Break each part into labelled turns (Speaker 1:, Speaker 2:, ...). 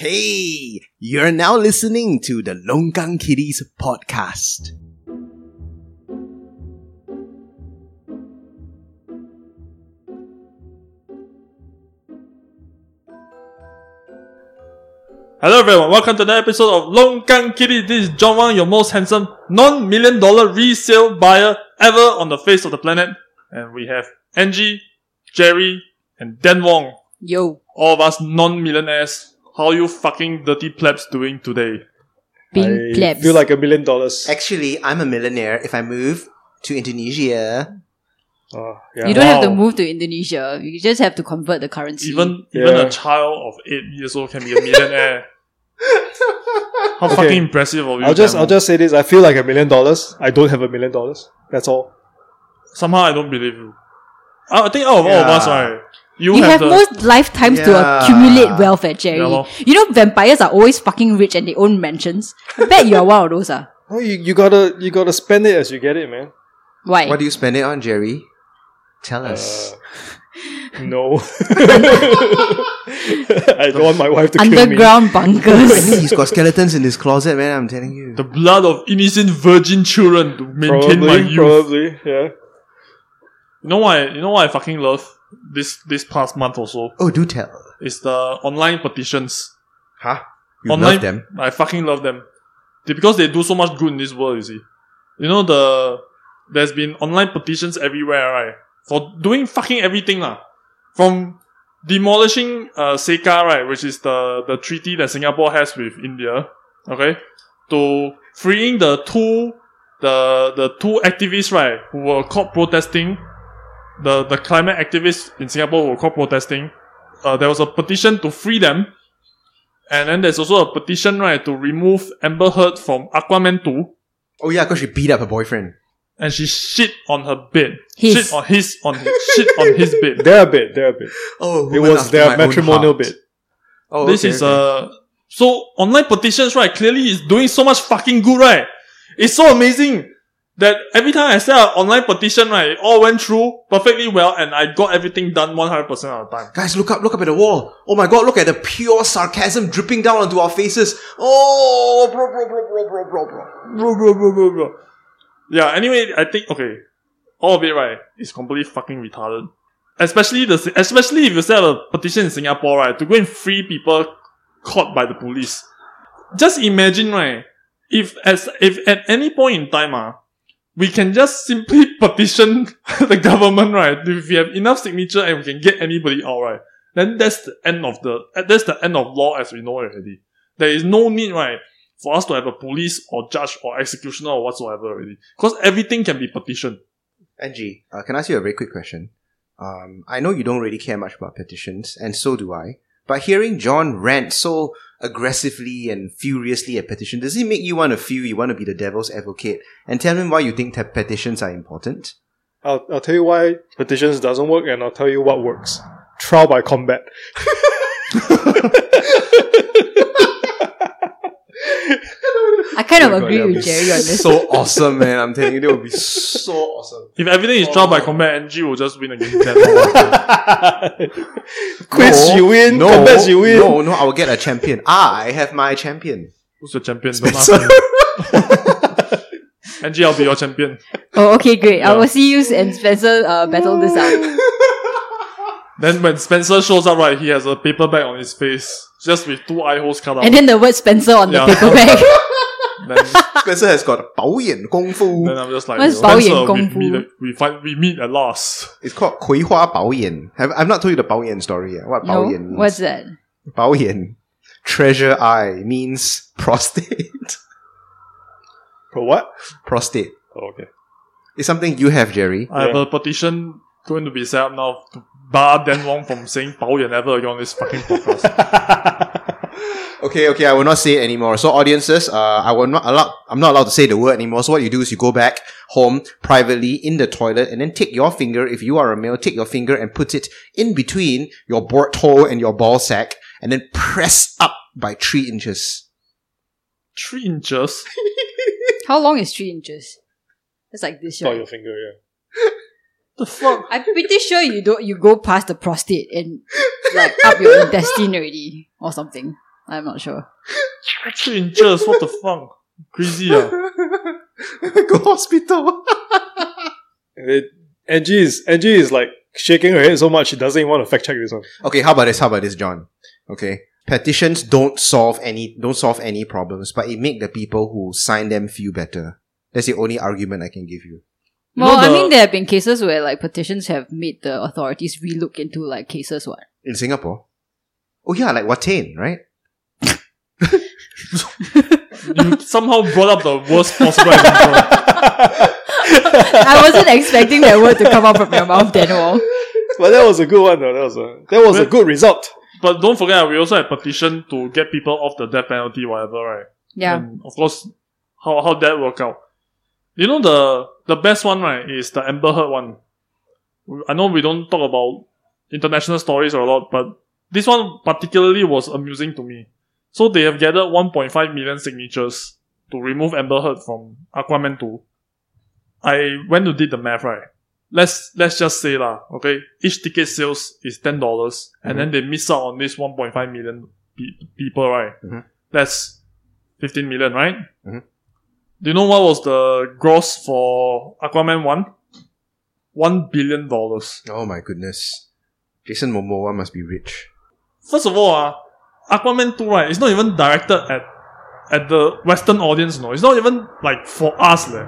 Speaker 1: Hey, you're now listening to the Longgang Kitties podcast.
Speaker 2: Hello everyone, welcome to another episode of Longgang Kitty. This is John Wang, your most handsome non-million dollar resale buyer ever on the face of the planet. And we have Angie, Jerry, and Dan Wong.
Speaker 3: Yo,
Speaker 2: All of us non-millionaires. How you fucking dirty plebs doing today?
Speaker 3: being
Speaker 4: I
Speaker 3: plebs.
Speaker 4: Feel like a million dollars.
Speaker 1: Actually, I'm a millionaire if I move to Indonesia.
Speaker 4: Oh, yeah.
Speaker 3: you don't have to
Speaker 2: Wow.
Speaker 3: move to Indonesia. You just have to convert the currency.
Speaker 2: Even even
Speaker 4: Yeah.
Speaker 2: a child of eight years old can be a millionaire. How
Speaker 4: Okay.
Speaker 2: fucking impressive of you.
Speaker 4: I'll just
Speaker 2: Dan
Speaker 4: I'll
Speaker 2: Wong.
Speaker 4: just say this. I feel like a million dollars. I don't have a million dollars. That's all.
Speaker 2: somehow I don't believe you. I I think out of all of
Speaker 1: Yeah.
Speaker 2: us, right? You,
Speaker 3: you have
Speaker 2: the
Speaker 3: most lifetimes
Speaker 1: Yeah.
Speaker 3: to accumulate wealth, eh, Jerry.
Speaker 2: Yeah, lor.
Speaker 3: you know vampires are always fucking rich and they own mansions. I bet you are one of those, ah.
Speaker 4: No, you, you gotta you gotta spend it as you get it, man.
Speaker 3: Why?
Speaker 1: What do you spend it on, Jerry? Tell us.
Speaker 4: Uh, No, I don't want my wife to kill me.
Speaker 3: Underground bunkers.
Speaker 1: He's got skeletons in his closet, man. I'm telling you.
Speaker 2: the blood of innocent virgin children to maintain my
Speaker 4: Probably,
Speaker 2: youth.
Speaker 4: probably, yeah.
Speaker 2: You know why? You know why I fucking love this this past month also
Speaker 1: oh, do tell.
Speaker 2: is the online petitions.
Speaker 1: Huh? You
Speaker 2: online,
Speaker 1: love them.
Speaker 2: I fucking love them. They- because they do so much good in this world. You see, you know the there's been online petitions everywhere, right? For doing fucking everything lah. From demolishing uh, SECA, right, which is the the treaty that Singapore has with India, okay, to freeing the two the the two activists, right, who were caught protesting, the the climate activists in Singapore who were caught protesting. Uh, there was a petition to free them, and then there's also a petition, right, to remove Amber Heard from Aquaman Two,
Speaker 1: Oh yeah, because she beat up her boyfriend.
Speaker 2: and she shit on her bed,
Speaker 3: His.
Speaker 2: shit Oh, on his on shit on his bed.
Speaker 4: They're a bit, they're a bit.
Speaker 1: Oh,
Speaker 4: It
Speaker 1: woman
Speaker 4: was
Speaker 1: after
Speaker 4: their
Speaker 1: my own
Speaker 4: matrimonial
Speaker 1: heart.
Speaker 4: bit.
Speaker 1: Oh,
Speaker 2: this
Speaker 1: okay,
Speaker 2: is
Speaker 1: okay.
Speaker 2: uh so online petitions right clearly is doing so much fucking good right it's so amazing that every time i set an online petition right it all went through perfectly well and i got everything done 100% of the time
Speaker 1: Guys, look up, look up at the wall. Oh my god, look at the pure sarcasm dripping down onto our faces. Oh, bro, bro, bro, bro, bro, bro, bro.
Speaker 2: Bro, bro, bro, bro, bro. yeah anyway i think okay all of it right is completely fucking retarded especially the especially if you set a petition in singapore right to go and free people caught by the police just imagine, right? If as if at any point in time, ah, we can just simply petition the government, right? If we have enough signature and we can get anybody out, right? Then that's the end of the uh, that's the end of law as we know it already. There is no need, right, for us to have a police or judge or executioner or whatsoever already, because everything can be petitioned.
Speaker 1: Angie, uh, can I ask you a very quick question? Um, I know you don't really care much about petitions, and so do I. But hearing John rant so aggressively and furiously at petition, does it make you want to feel you want to be the devil's advocate and tell him why you think te- petitions are important?
Speaker 4: I'll, I'll tell you why petitions doesn't work, and I'll tell you what works. Trial by combat.
Speaker 3: I kind of
Speaker 4: Oh my God,
Speaker 3: agree
Speaker 4: that'll
Speaker 3: with
Speaker 4: be
Speaker 3: Jerry on this.
Speaker 1: so awesome, man! I'm telling you, that would be so awesome.
Speaker 2: If everything is trial by combat, NG will just win against them.
Speaker 4: Quiz you win,
Speaker 1: no,
Speaker 4: combats you win.
Speaker 1: No, no, I will get a champion. I have my champion.
Speaker 2: Who's your champion? Don't ask me. NG, I'll be your champion.
Speaker 3: oh, okay, great. I
Speaker 2: Yeah.
Speaker 3: will see you and Spencer uh, battle this out.
Speaker 2: Then when Spencer shows up, right, he has a paper bag on his face, just with two eye holes cut out.
Speaker 3: And then the word Spencer on the
Speaker 2: Yeah.
Speaker 3: paper bag.
Speaker 2: then,
Speaker 1: Spencer has got 保演功夫.
Speaker 2: then I'm just like,
Speaker 3: What's
Speaker 2: Spencer,
Speaker 3: 保演功夫?
Speaker 2: we meet, at- we find, we meet at last.
Speaker 1: It's called 葵花保演. Have I've not told you the 保演 story yet. What 保
Speaker 3: no?
Speaker 1: 演 means?
Speaker 3: What's that?
Speaker 1: 保演 treasure eye means prostate.
Speaker 4: For what?
Speaker 1: prostate.
Speaker 4: Oh, okay.
Speaker 1: It's something you have, Jerry.
Speaker 2: I have a petition going to be set up now to bar Dan Wong from saying 保演 ever again on this fucking podcast.
Speaker 1: Okay, okay, I will not say it anymore. So audiences, uh, I will not allow I'm not allowed to say the word anymore. So what you do is you go back home privately in the toilet and then take your finger, if you are a male, take your finger and put it in between your board toe and your ball sack and then press up by three inches.
Speaker 2: Three inches.
Speaker 3: How long is three inches? It's like this,
Speaker 4: Saw
Speaker 3: right?
Speaker 4: your finger, yeah.
Speaker 2: The fuck?
Speaker 3: I'm pretty sure you don't you go past the prostate and like up your intestine already or something. I'm not sure.
Speaker 2: Three inches, what the fuck? Crazy, ah.
Speaker 1: Go hospital.
Speaker 4: It, Angie is Angie is like shaking her head so much she doesn't even want to fact check this one.
Speaker 1: Okay, how about this? How about this, John? Okay. Petitions don't solve any don't solve any problems, but it make the people who sign them feel better. That's the only argument I can give you.
Speaker 2: You
Speaker 3: well,
Speaker 2: know
Speaker 3: I
Speaker 2: the-
Speaker 3: mean, there have been cases where like petitions have made the authorities relook into like cases. What?
Speaker 1: In Singapore? Oh yeah, like Watain, right?
Speaker 2: You somehow brought up the worst possible example.
Speaker 3: I wasn't expecting that word to come out from your mouth, Daniel.
Speaker 4: But that was a good one though. That was a that was a good result.
Speaker 2: But don't forget, ah, we also had petition to get people off the death penalty, whatever, right?
Speaker 3: Yeah.
Speaker 2: And of course, how how that work out? You know the the best one, right, is the Amber Heard one. I know we don't talk about international stories a lot, but this one particularly was amusing to me. So they have gathered 1.5 million signatures to remove Amber Heard from Aquaman 2. I went to did the math, right? Let's let's just say lah, okay. Each ticket sales is ten dollars, and then they miss out on this 1.5 million pe- people, right?
Speaker 1: Mhm.
Speaker 2: That's 15 million, right?
Speaker 1: Mhm.
Speaker 2: Do you know what was the gross for Aquaman one? One billion dollars.
Speaker 1: Oh my goodness. Jason Momoa must be rich.
Speaker 2: First of all, uh, Aquaman 2, right, it's not even directed at at the Western audience, no. It's not even like for us, leh.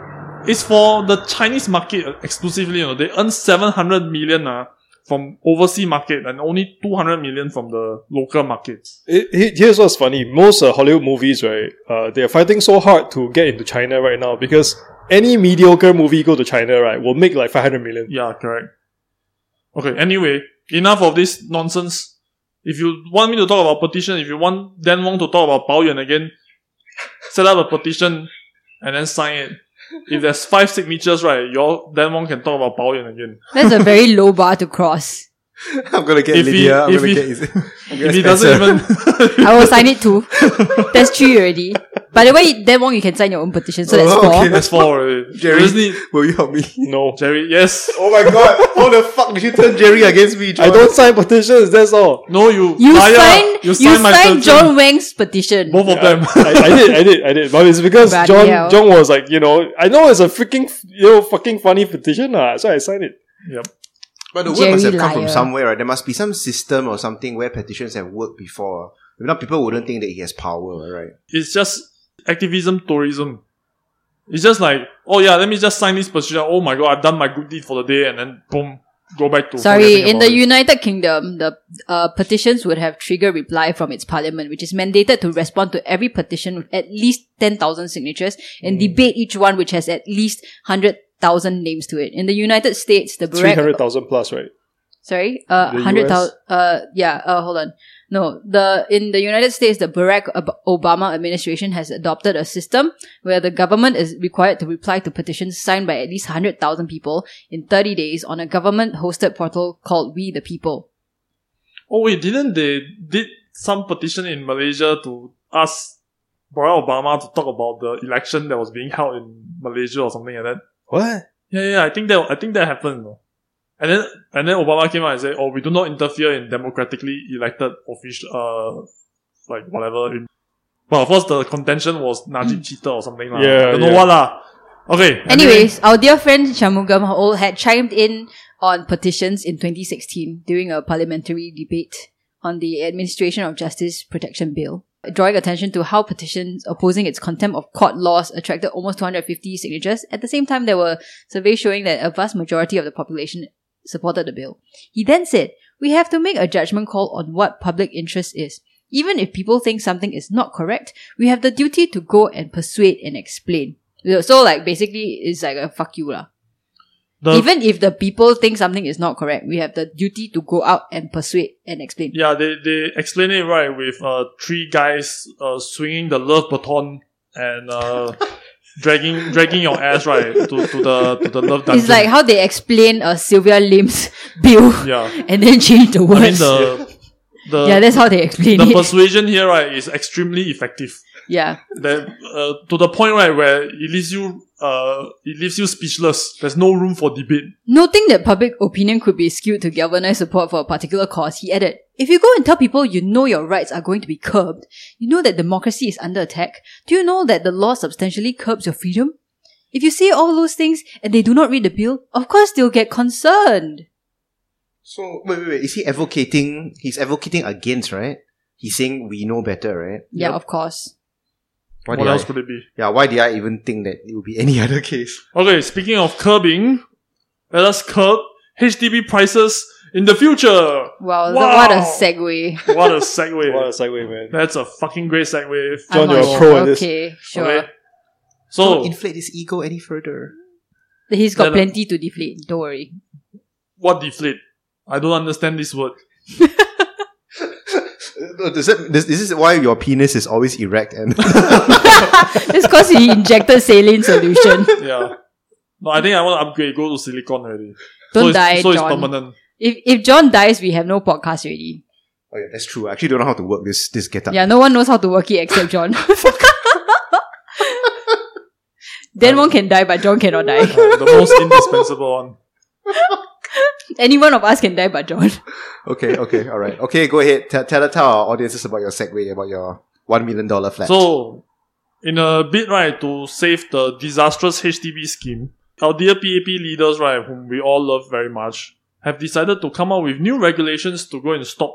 Speaker 2: It's for the Chinese market exclusively, you know. They earn 700 million uh, from overseas market and only 200 million from the local market.
Speaker 4: It, he- here's what's funny: most uh, Hollywood movies, right, uh, they are fighting so hard to get into China right now because any mediocre movie go to China, right, will make like five hundred million.
Speaker 2: Yeah, correct. Okay, anyway, enough of this nonsense. If you want me to talk about petition, if you want Dan Wong to talk about Bao Yuan again, set up a petition and then sign it. If there's five signatures, right, your Dan Wong can talk about Bao Yuan again.
Speaker 3: That's a very low bar to cross.
Speaker 1: I'm gonna get
Speaker 2: If he-
Speaker 1: Lydia, I'm
Speaker 2: if
Speaker 1: gonna
Speaker 2: he-
Speaker 1: get Is- I'm gonna
Speaker 2: If he doesn't
Speaker 1: Spencer.
Speaker 2: even
Speaker 3: I will sign it too. That's three already. By the way, that one you can sign your own petition, so that's
Speaker 1: Oh,
Speaker 3: four.
Speaker 1: okay.
Speaker 2: that's four already.
Speaker 1: Jerry.
Speaker 2: You just need-
Speaker 1: Will you help me?
Speaker 4: No,
Speaker 2: Jerry, yes.
Speaker 1: Oh my god, how the fuck did you turn Jerry against me, John?
Speaker 4: I don't sign petitions. That's all.
Speaker 2: No, you
Speaker 3: You
Speaker 2: liar.
Speaker 3: signed
Speaker 2: you
Speaker 3: you
Speaker 2: sign
Speaker 3: signed,
Speaker 2: my petition.
Speaker 3: John Wang's petition.
Speaker 2: both of them.
Speaker 4: I, I did, I did, I did. But it's because
Speaker 3: Bloody
Speaker 4: John
Speaker 3: hell.
Speaker 4: John was like, you know, I know it's a freaking, you know, fucking funny petition, uh, so I signed it.
Speaker 1: But the word
Speaker 3: Jerry
Speaker 1: must have come from
Speaker 3: liar.
Speaker 1: somewhere, right? There must be some system or something where petitions have worked before. If not, people wouldn't think that he has power, right?
Speaker 2: it's just activism tourism. It's just like, oh yeah, let me just sign this petition. Oh my god, I've done my good deed for the day, and then boom, go back to.
Speaker 3: Sorry,
Speaker 2: forgetting
Speaker 3: in
Speaker 2: about
Speaker 3: the
Speaker 2: it.
Speaker 3: United Kingdom, the uh, petitions would have trigger reply from its parliament, which is mandated to respond to every petition with at least 10,000 signatures and
Speaker 4: Hmm.
Speaker 3: debate each one which has at least 100,000 names to it. In the United States, the
Speaker 4: Three
Speaker 3: Barack
Speaker 4: hundred thousand plus, right?
Speaker 3: Sorry, uh,
Speaker 4: The
Speaker 3: hundred
Speaker 4: US?
Speaker 3: thousand. Uh, yeah. Uh, hold on. No, the in the United States, the Barack Ob- Obama administration has adopted a system where the government is required to reply to petitions signed by at least hundred thousand people in thirty days on a government-hosted portal called We the People.
Speaker 2: oh wait, didn't they did some petition in Malaysia to ask Barack Obama to talk about the election that was being held in Malaysia or something like that?
Speaker 4: What?
Speaker 2: Yeah, yeah, I think that I think that happened. you know. And then and then Obama came out and said, "Oh, we do not interfere in democratically elected official, uh, like whatever." In- well, of course, the contention was Najib cheater or something lah.
Speaker 4: Yeah,
Speaker 2: don't know
Speaker 4: yeah.
Speaker 2: what lah. Okay.
Speaker 3: Anyways, our dear friend Shamugam Hall had chimed in on petitions in 2016 during a parliamentary debate on the Administration of Justice Protection Bill, drawing attention to how petitions opposing its contempt of court laws attracted almost 250 signatures. At the same time, there were surveys showing that a vast majority of the population supported the bill. He then said, We have to make a judgment call on what public interest is. Even if people think something is not correct, we have the duty to go and persuade and explain. Yeah, So like basically it's like a fuck you lah.
Speaker 2: the,
Speaker 3: Even if the people think something is not correct, we have the duty to go out and persuade and explain.
Speaker 2: yeah, they they explain it right with uh three guys uh swinging the love baton and uh dragging dragging your ass right to, to the to the love dungeon.
Speaker 3: It's like how they explain uh, Sylvia Lim's bill
Speaker 2: yeah,
Speaker 3: and then change the
Speaker 2: I mean
Speaker 3: words.
Speaker 2: the the
Speaker 3: yeah, that's how they explain
Speaker 2: the
Speaker 3: it.
Speaker 2: persuasion here right is extremely effective.
Speaker 3: yeah.
Speaker 2: that uh, to the point right where it leaves you uh it leaves you speechless. There's no room for debate.
Speaker 3: Noting that public opinion could be skewed to galvanize support for a particular cause, he added, If you go and tell people you know your rights are going to be curbed, you know that democracy is under attack, do you know that the law substantially curbs your freedom? If you say all those things and they do not read the bill, of course they'll get concerned.
Speaker 1: So wait, wait, wait. Is he advocating? He's advocating against, right? He's saying we know better, right?
Speaker 3: Yeah,
Speaker 2: Yep.
Speaker 3: of course.
Speaker 1: Why
Speaker 2: what
Speaker 1: did
Speaker 2: else
Speaker 1: I,
Speaker 2: could it be?
Speaker 1: yeah, why did I even think that it would be any other case?
Speaker 2: Okay, speaking of curbing, let us curb HDB prices in the future. Wow.
Speaker 3: Wow, what a segue.
Speaker 2: What a segue.
Speaker 4: What a segue, man.
Speaker 2: That's a fucking great segue.
Speaker 4: John,
Speaker 3: I'm not
Speaker 4: you're a
Speaker 3: sure.
Speaker 4: pro at this.
Speaker 3: Okay, sure.
Speaker 2: Okay. So,
Speaker 1: Don't inflate his ego any further.
Speaker 3: He's got
Speaker 2: No, no.
Speaker 3: plenty to deflate. Don't worry.
Speaker 2: what deflate? I don't understand this word.
Speaker 1: Uh, No, Does that, this, this is why your penis is always erect and
Speaker 3: It's because he injected saline solution.
Speaker 2: Yeah. No, I think I want to upgrade, go to silicon already. so
Speaker 3: Don't
Speaker 2: it's,
Speaker 3: die,
Speaker 2: So it's
Speaker 3: John.
Speaker 2: permanent.
Speaker 3: If if John dies, we have no podcast already.
Speaker 1: Oh yeah, that's true. I actually don't know how to work this this get up.
Speaker 3: Yeah, no one knows how to work it except John. then one can die, but John cannot die.
Speaker 2: Uh, the most indispensable one.
Speaker 3: Any one of us can die, but John.
Speaker 1: Okay, okay, all right. Okay, go ahead. Tell tell, tell our audiences about your segue, about your one million dollar flat.
Speaker 2: So, in a bid right to save the disastrous HDB scheme, our dear PAP leaders, right, whom we all love very much, have decided to come up with new regulations to go and stop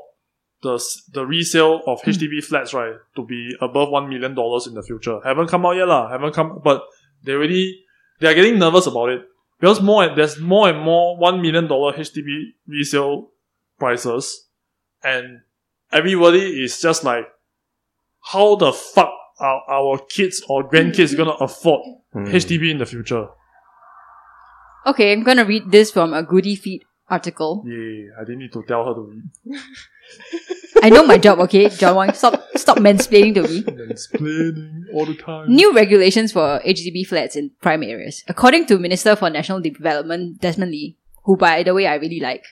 Speaker 2: the s- the resale of HDB flats, right, to be above one million dollars in the future. Haven't come out yet, lah. Haven't come, but they already they are getting nervous about it because more and there's more and more one million dollar HDB resale prices, and everybody is just like how the fuck are our kids or grandkids gonna afford
Speaker 1: Hmm.
Speaker 2: HDB in the future?
Speaker 3: Okay, I'm gonna read this from a Goody Feed article.
Speaker 2: Yeah, I didn't need to tell her to read.
Speaker 3: I know my job, okay, John Wang. Stop stop mansplaining to me.
Speaker 2: And it's planning all the time.
Speaker 3: New regulations for HDB flats in prime areas. According to Minister for National Development Desmond Lee, who by the way I really like,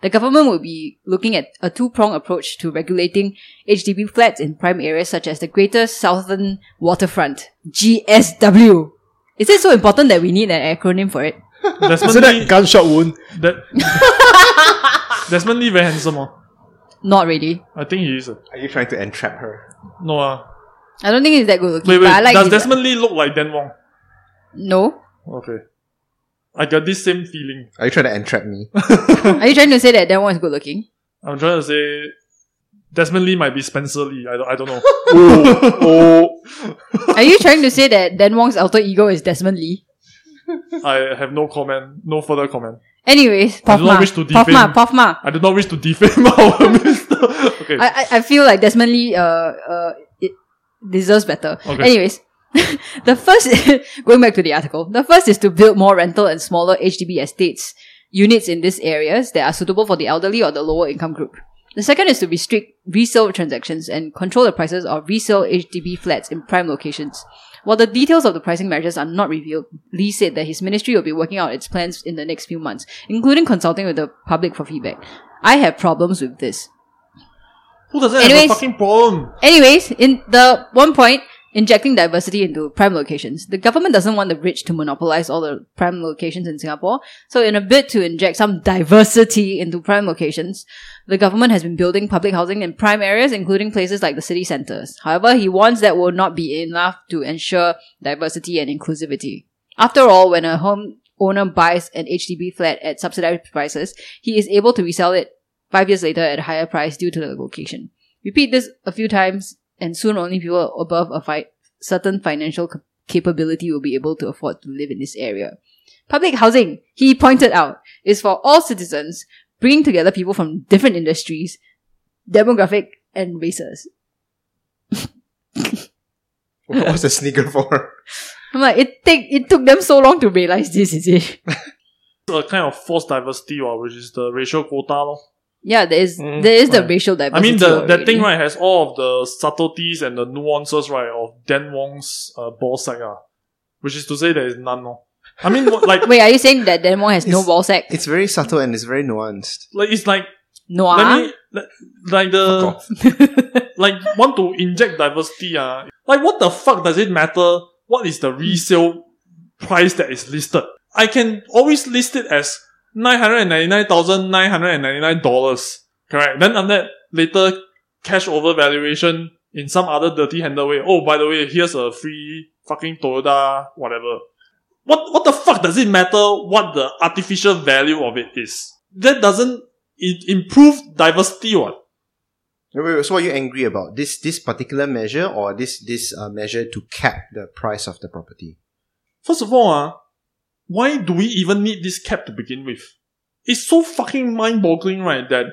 Speaker 3: the government will be looking at a two-prong approach to regulating HDB flats in prime areas such as the Greater Southern Waterfront (GSW). Is it so important that we need an acronym for it?
Speaker 4: Isn't
Speaker 2: Desmond Lee,
Speaker 4: that gunshot wound?
Speaker 2: that, Desmond Lee very handsome. Oh.
Speaker 3: Not really.
Speaker 2: I think he is. ah.
Speaker 1: Are you trying to entrap her?
Speaker 2: No, ah.
Speaker 3: I don't think it's that good looking.
Speaker 2: wait, wait.
Speaker 3: but I like
Speaker 2: does
Speaker 3: his-
Speaker 2: Desmond Lee look like Dan Wong?
Speaker 3: No.
Speaker 2: Okay. I got this same feeling.
Speaker 1: Are you trying to entrap me?
Speaker 3: Are you trying to say that that one is good looking?
Speaker 2: I'm trying to say Desmond Lee might be Spencer Lee. I don't, I don't know.
Speaker 4: Oh, oh.
Speaker 3: Are you trying to say that Dan Wong's alter ego is Desmond Lee?
Speaker 2: I have no comment, no further comment.
Speaker 3: Anyways,
Speaker 2: I do not
Speaker 3: Puffma,
Speaker 2: wish to
Speaker 3: Puffma,
Speaker 2: defame-
Speaker 3: Puffma.
Speaker 2: I do not wish to defame our minister. Okay.
Speaker 3: I, I, I feel like Desmond Lee uh, uh, it deserves better.
Speaker 2: Okay.
Speaker 3: Anyways, the first, going back to the article, the first is to build more rental and smaller HDB estates, units in these areas that are suitable for the elderly or the lower income group. The second is to restrict resale transactions and control the prices of resale HDB flats in prime locations. While the details of the pricing measures are not revealed, Lee said that his ministry will be working out its plans in the next few months, including consulting with the public for feedback. I have problems with this.
Speaker 2: Who doesn't have
Speaker 3: anyways-
Speaker 2: a fucking problem?
Speaker 3: Anyways, in the one point, injecting diversity into prime locations. The government doesn't want the rich to monopolize all the prime locations in Singapore. So in a bid to inject some diversity into prime locations, the government has been building public housing in prime areas, including places like the city centers. However, he warns that will not be enough to ensure diversity and inclusivity. After all, when a home owner buys an HDB flat at subsidized prices, he is able to resell it five years later at a higher price due to the location. Repeat this a few times, and soon only people above a fi- certain financial cap- capability will be able to afford to live in this area. Public housing, he pointed out, is for all citizens, bringing together people from different industries, demographic, and races.
Speaker 1: What's the sneaker for?
Speaker 3: I'm like, it take it took them so long to realize this, is it?
Speaker 2: a kind of forced diversity, or which is the racial quota. lor.
Speaker 3: yeah, there is
Speaker 4: Mm,
Speaker 3: there is the
Speaker 2: right.
Speaker 3: racial
Speaker 2: I
Speaker 3: diversity.
Speaker 2: mean, the,
Speaker 3: already.
Speaker 2: that thing, right, has all of the subtleties and the nuances, right, of Dan Wong's uh, ball sack, ah. which is to say there is none. No. I mean, what- like,
Speaker 3: Wait, are you saying that Denmark has no
Speaker 1: It's-
Speaker 3: ball sack?
Speaker 1: It's very subtle and it's very nuanced.
Speaker 2: like it's like,
Speaker 3: Noir?
Speaker 2: let me, le- like the,
Speaker 1: Fuck
Speaker 2: like, want to inject diversity, ah. like, what the fuck does it matter? What is the resale price that is listed? I can always list it as $999,999, correct? Then on that, later cash over valuation in some other dirty handle way. Oh, by the way, here's a free fucking Toyota, whatever. What what the fuck does it matter what the artificial value of it is? That doesn't it improve diversity what?
Speaker 1: Wait, wait, wait, so what are you angry about? This this particular measure or this this uh, measure to cap the price of the property?
Speaker 2: First of all, ah, why do we even need this cap to begin with? It's so fucking mind boggling, right, that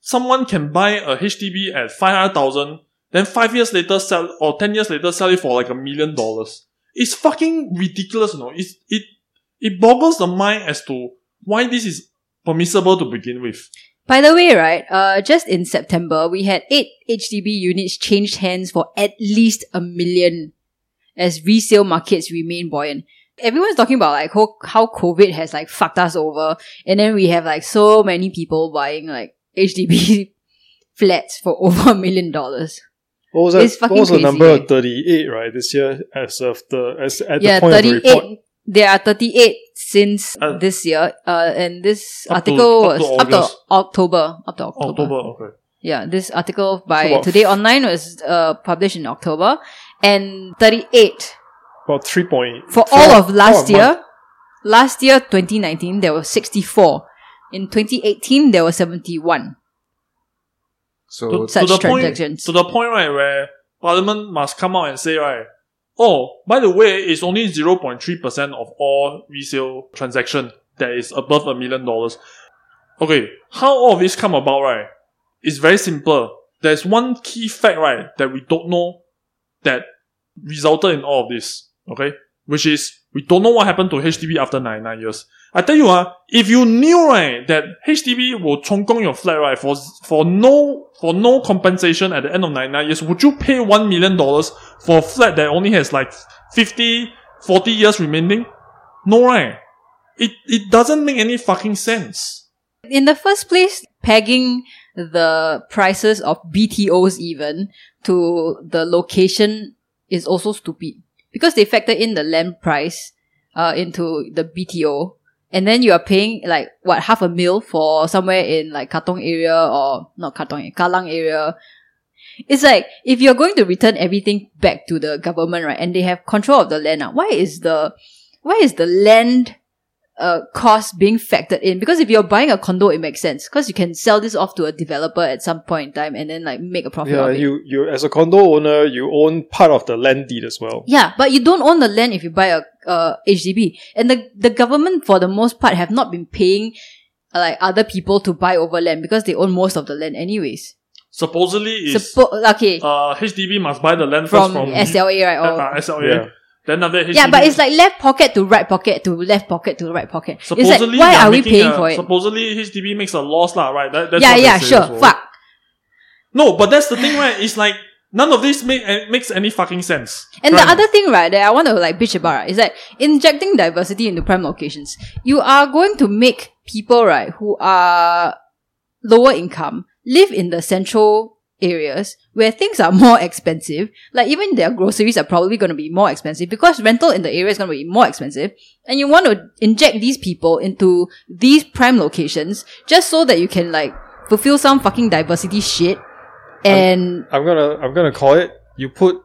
Speaker 2: someone can buy a HDB at 500,000, then five years later sell, or 10 years later sell it for like a million dollars. It's fucking ridiculous, you know. It's, it, it boggles the mind as to why this is permissible to begin with.
Speaker 3: By the way, right, uh, just in September, we had eight HDB units changed hands for at least a million as resale markets remain buoyant. Everyone's talking about like how, how COVID has like fucked us over. And then we have like so many people buying like HDB flats for over a million dollars.
Speaker 4: What was that?
Speaker 3: It's
Speaker 4: What
Speaker 3: fucking
Speaker 4: was the
Speaker 3: crazy,
Speaker 4: number?
Speaker 3: eh?
Speaker 4: Thirty-eight, right? This year, as of the as at
Speaker 3: yeah,
Speaker 4: the point of the report.
Speaker 3: 38. There are 38 since
Speaker 2: Uh,
Speaker 3: this year. Uh, and this
Speaker 2: up to-
Speaker 3: article
Speaker 2: up to
Speaker 3: was up to
Speaker 2: August.
Speaker 3: October. Up to October.
Speaker 2: October, okay.
Speaker 3: Yeah, this article by
Speaker 4: So what,
Speaker 3: Today
Speaker 4: f-
Speaker 3: Online was uh, published in October. And 38
Speaker 4: About three point
Speaker 3: for all of
Speaker 4: a
Speaker 3: last
Speaker 4: month.
Speaker 3: year. Last year, 2019, there were 64. In 2018, there were 71
Speaker 1: So
Speaker 3: such
Speaker 2: the point-
Speaker 3: transactions.
Speaker 2: to the point, right, where Parliament must come out and say, right, oh, by the way, it's only 0.3% of all resale transaction that is above a million dollars. Okay, how all of this come about, right? It's very simple. There's one key fact, right, that we don't know that resulted in all of this, okay? Which is, we don't know what happened to HDB after 99 years. I tell you, uh, if you knew right that HDB will chong gong your flat right for for no for no compensation at the end of 99 years, would you pay one million dollars for a flat that only has like 50, 40 years remaining? No, right? It it doesn't make any fucking sense.
Speaker 3: in the first place, pegging the prices of BTOs even to the location is also stupid because they factor in the land price uh, into the BTO, and then you are paying like what half a mil for somewhere in like Katong area or not Katong Kallang area. It's like if you're going to return everything back to the government, right? And they have control of the land. Now, why is the why is the land uh, cost being factored in because if you're buying a condo, it makes sense because you can sell this off to a developer at some point in time and then like make a profit.
Speaker 4: Yeah,
Speaker 3: of it.
Speaker 4: you you as a condo owner, you own part of the land deed as well.
Speaker 3: Yeah, but you don't own the land if you buy a uh, HDB, and the the government for the most part have not been paying uh, like other people to buy over land because they own most of the land anyways.
Speaker 2: Supposedly is
Speaker 3: Suppo- okay,
Speaker 2: uh HDB must buy the land
Speaker 3: from,
Speaker 2: first from
Speaker 3: SLA right?
Speaker 2: uh,
Speaker 3: Or,
Speaker 2: uh, SLA.
Speaker 4: Yeah.
Speaker 2: Then after that, HDB
Speaker 3: yeah, but it's like left pocket to right pocket to left pocket to right pocket. it's
Speaker 2: supposedly
Speaker 3: like why
Speaker 2: they're
Speaker 3: are we
Speaker 2: making
Speaker 3: paying
Speaker 2: a-
Speaker 3: for it?
Speaker 2: Supposedly HDB makes a loss, lah, right? That, that's
Speaker 3: Yeah,
Speaker 2: what they
Speaker 3: yeah,
Speaker 2: say
Speaker 3: sure,
Speaker 2: also.
Speaker 3: fuck.
Speaker 2: No, but that's the thing, right? It's like none of this make, eh, makes any fucking sense.
Speaker 3: And
Speaker 2: Right.
Speaker 3: the other thing, right, that I want to like bitch about right, is that injecting diversity into prime locations, you are going to make people, right, who are lower income live in the central areas where things are more expensive. Like even their groceries are probably going to be more expensive because rental in the area is going to be more expensive. And you want to inject these people into these prime locations just so that you can like fulfill some fucking diversity shit. And
Speaker 4: I'm gonna I'm gonna call it. You put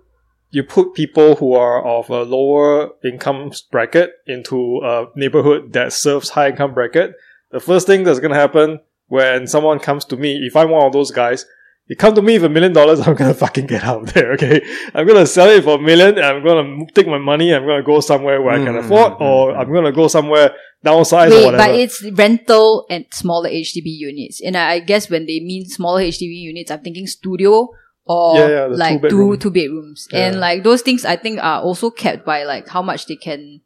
Speaker 4: you put people who are of a lower income bracket into a neighborhood that serves high income bracket. The first thing that's gonna happen when someone comes to me, if I'm one of those guys, you come to me with a million dollars, I'm gonna fucking get out of there. Okay, I'm gonna sell it for a million, and I'm gonna m- take my money. I'm gonna go somewhere where I can
Speaker 1: Mm,
Speaker 4: afford,
Speaker 1: mm,
Speaker 4: or
Speaker 1: mm.
Speaker 4: I'm gonna go somewhere downsize or
Speaker 3: Wait,
Speaker 4: whatever.
Speaker 3: but it's rental and smaller HDB units. And I I guess when they mean smaller HDB units, I'm thinking studio or
Speaker 4: Yeah, yeah, the
Speaker 3: like two
Speaker 4: two bedroom.
Speaker 3: two bedrooms.
Speaker 4: Yeah.
Speaker 3: And like those things I think are also kept by like how much they can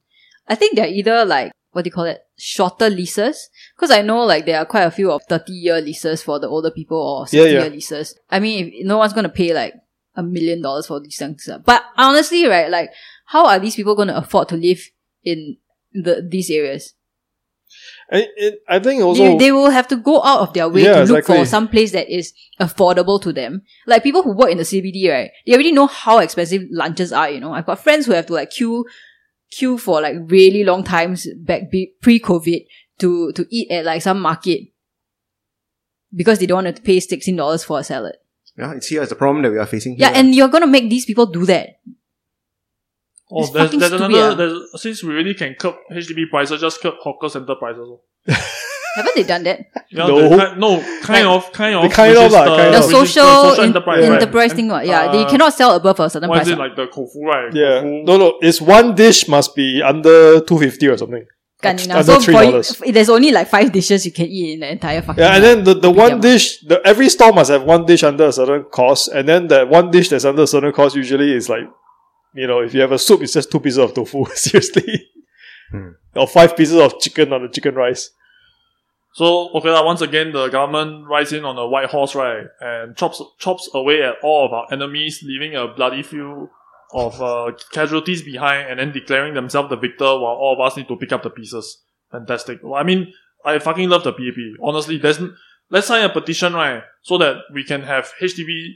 Speaker 3: I think they're either like what do you call it? Shorter leases. Because I know like there are quite a few of thirty year leases for the older people or
Speaker 4: Yeah,
Speaker 3: sixty
Speaker 4: yeah.
Speaker 3: year leases. I mean if no one's gonna pay like a million dollars for these things. But honestly, right, like how are these people gonna afford to live in the these areas?
Speaker 4: And it- I think also
Speaker 3: they, they will have to go out of their way
Speaker 4: Yeah,
Speaker 3: to look
Speaker 4: exactly.
Speaker 3: for some place that is affordable to them. Like people who work in the CBD, right? They already know how expensive lunches are. You know, I've got friends who have to like queue, queue for like really long times back pre COVID to to eat at like some market because they don't want to pay sixteen dollars for a salad.
Speaker 1: Yeah, it's here. It's a problem that we are facing.
Speaker 3: Yeah,
Speaker 1: here.
Speaker 3: and you're gonna make these people do that.
Speaker 2: Oh,
Speaker 3: It's
Speaker 2: there's,
Speaker 3: fucking
Speaker 2: there's
Speaker 3: stupid,
Speaker 2: another.
Speaker 3: ah.
Speaker 2: There's, since we really can curb HDB prices, just curb hawker center prices. oh.
Speaker 3: Haven't they done that?
Speaker 2: Yeah,
Speaker 4: No.
Speaker 2: the ki- no, kind of, kind of.
Speaker 4: The kind
Speaker 2: which
Speaker 4: of
Speaker 2: is
Speaker 4: lah, kind
Speaker 3: The
Speaker 4: of.
Speaker 2: which is
Speaker 3: social, en- enterprise,
Speaker 2: right.
Speaker 3: thing, what? Yeah,
Speaker 2: Uh,
Speaker 3: they cannot sell above a certain
Speaker 2: What
Speaker 3: price.
Speaker 2: is it like
Speaker 3: what.
Speaker 2: the kofu, right?
Speaker 4: Yeah.
Speaker 2: Kofu-
Speaker 4: No, no. It's one dish must be under two fifty or something.
Speaker 3: Kan Nina.
Speaker 4: Under
Speaker 3: So
Speaker 4: three
Speaker 3: for you,
Speaker 4: dollars.
Speaker 3: f- there's only like five dishes you can eat in the entire fucking.
Speaker 4: Yeah, and then the, the one
Speaker 3: Kopitiam.
Speaker 4: dish, the every store must have one dish under a certain cost, and then that one dish that's under a certain cost usually is like, you know, if you have a soup, it's just two pieces of tofu. Seriously,
Speaker 1: Hmm.
Speaker 4: or five pieces of chicken on the chicken rice.
Speaker 2: So okay, lah, once again the government rides in on a white horse, right, and chops chops away at all of our enemies, leaving a bloody few of uh, casualties behind, and then declaring themselves the victor, while all of us need to pick up the pieces. Fantastic. Well, I mean, I fucking love the PAP. Honestly, there's n- let's sign a petition, right, so that we can have HDB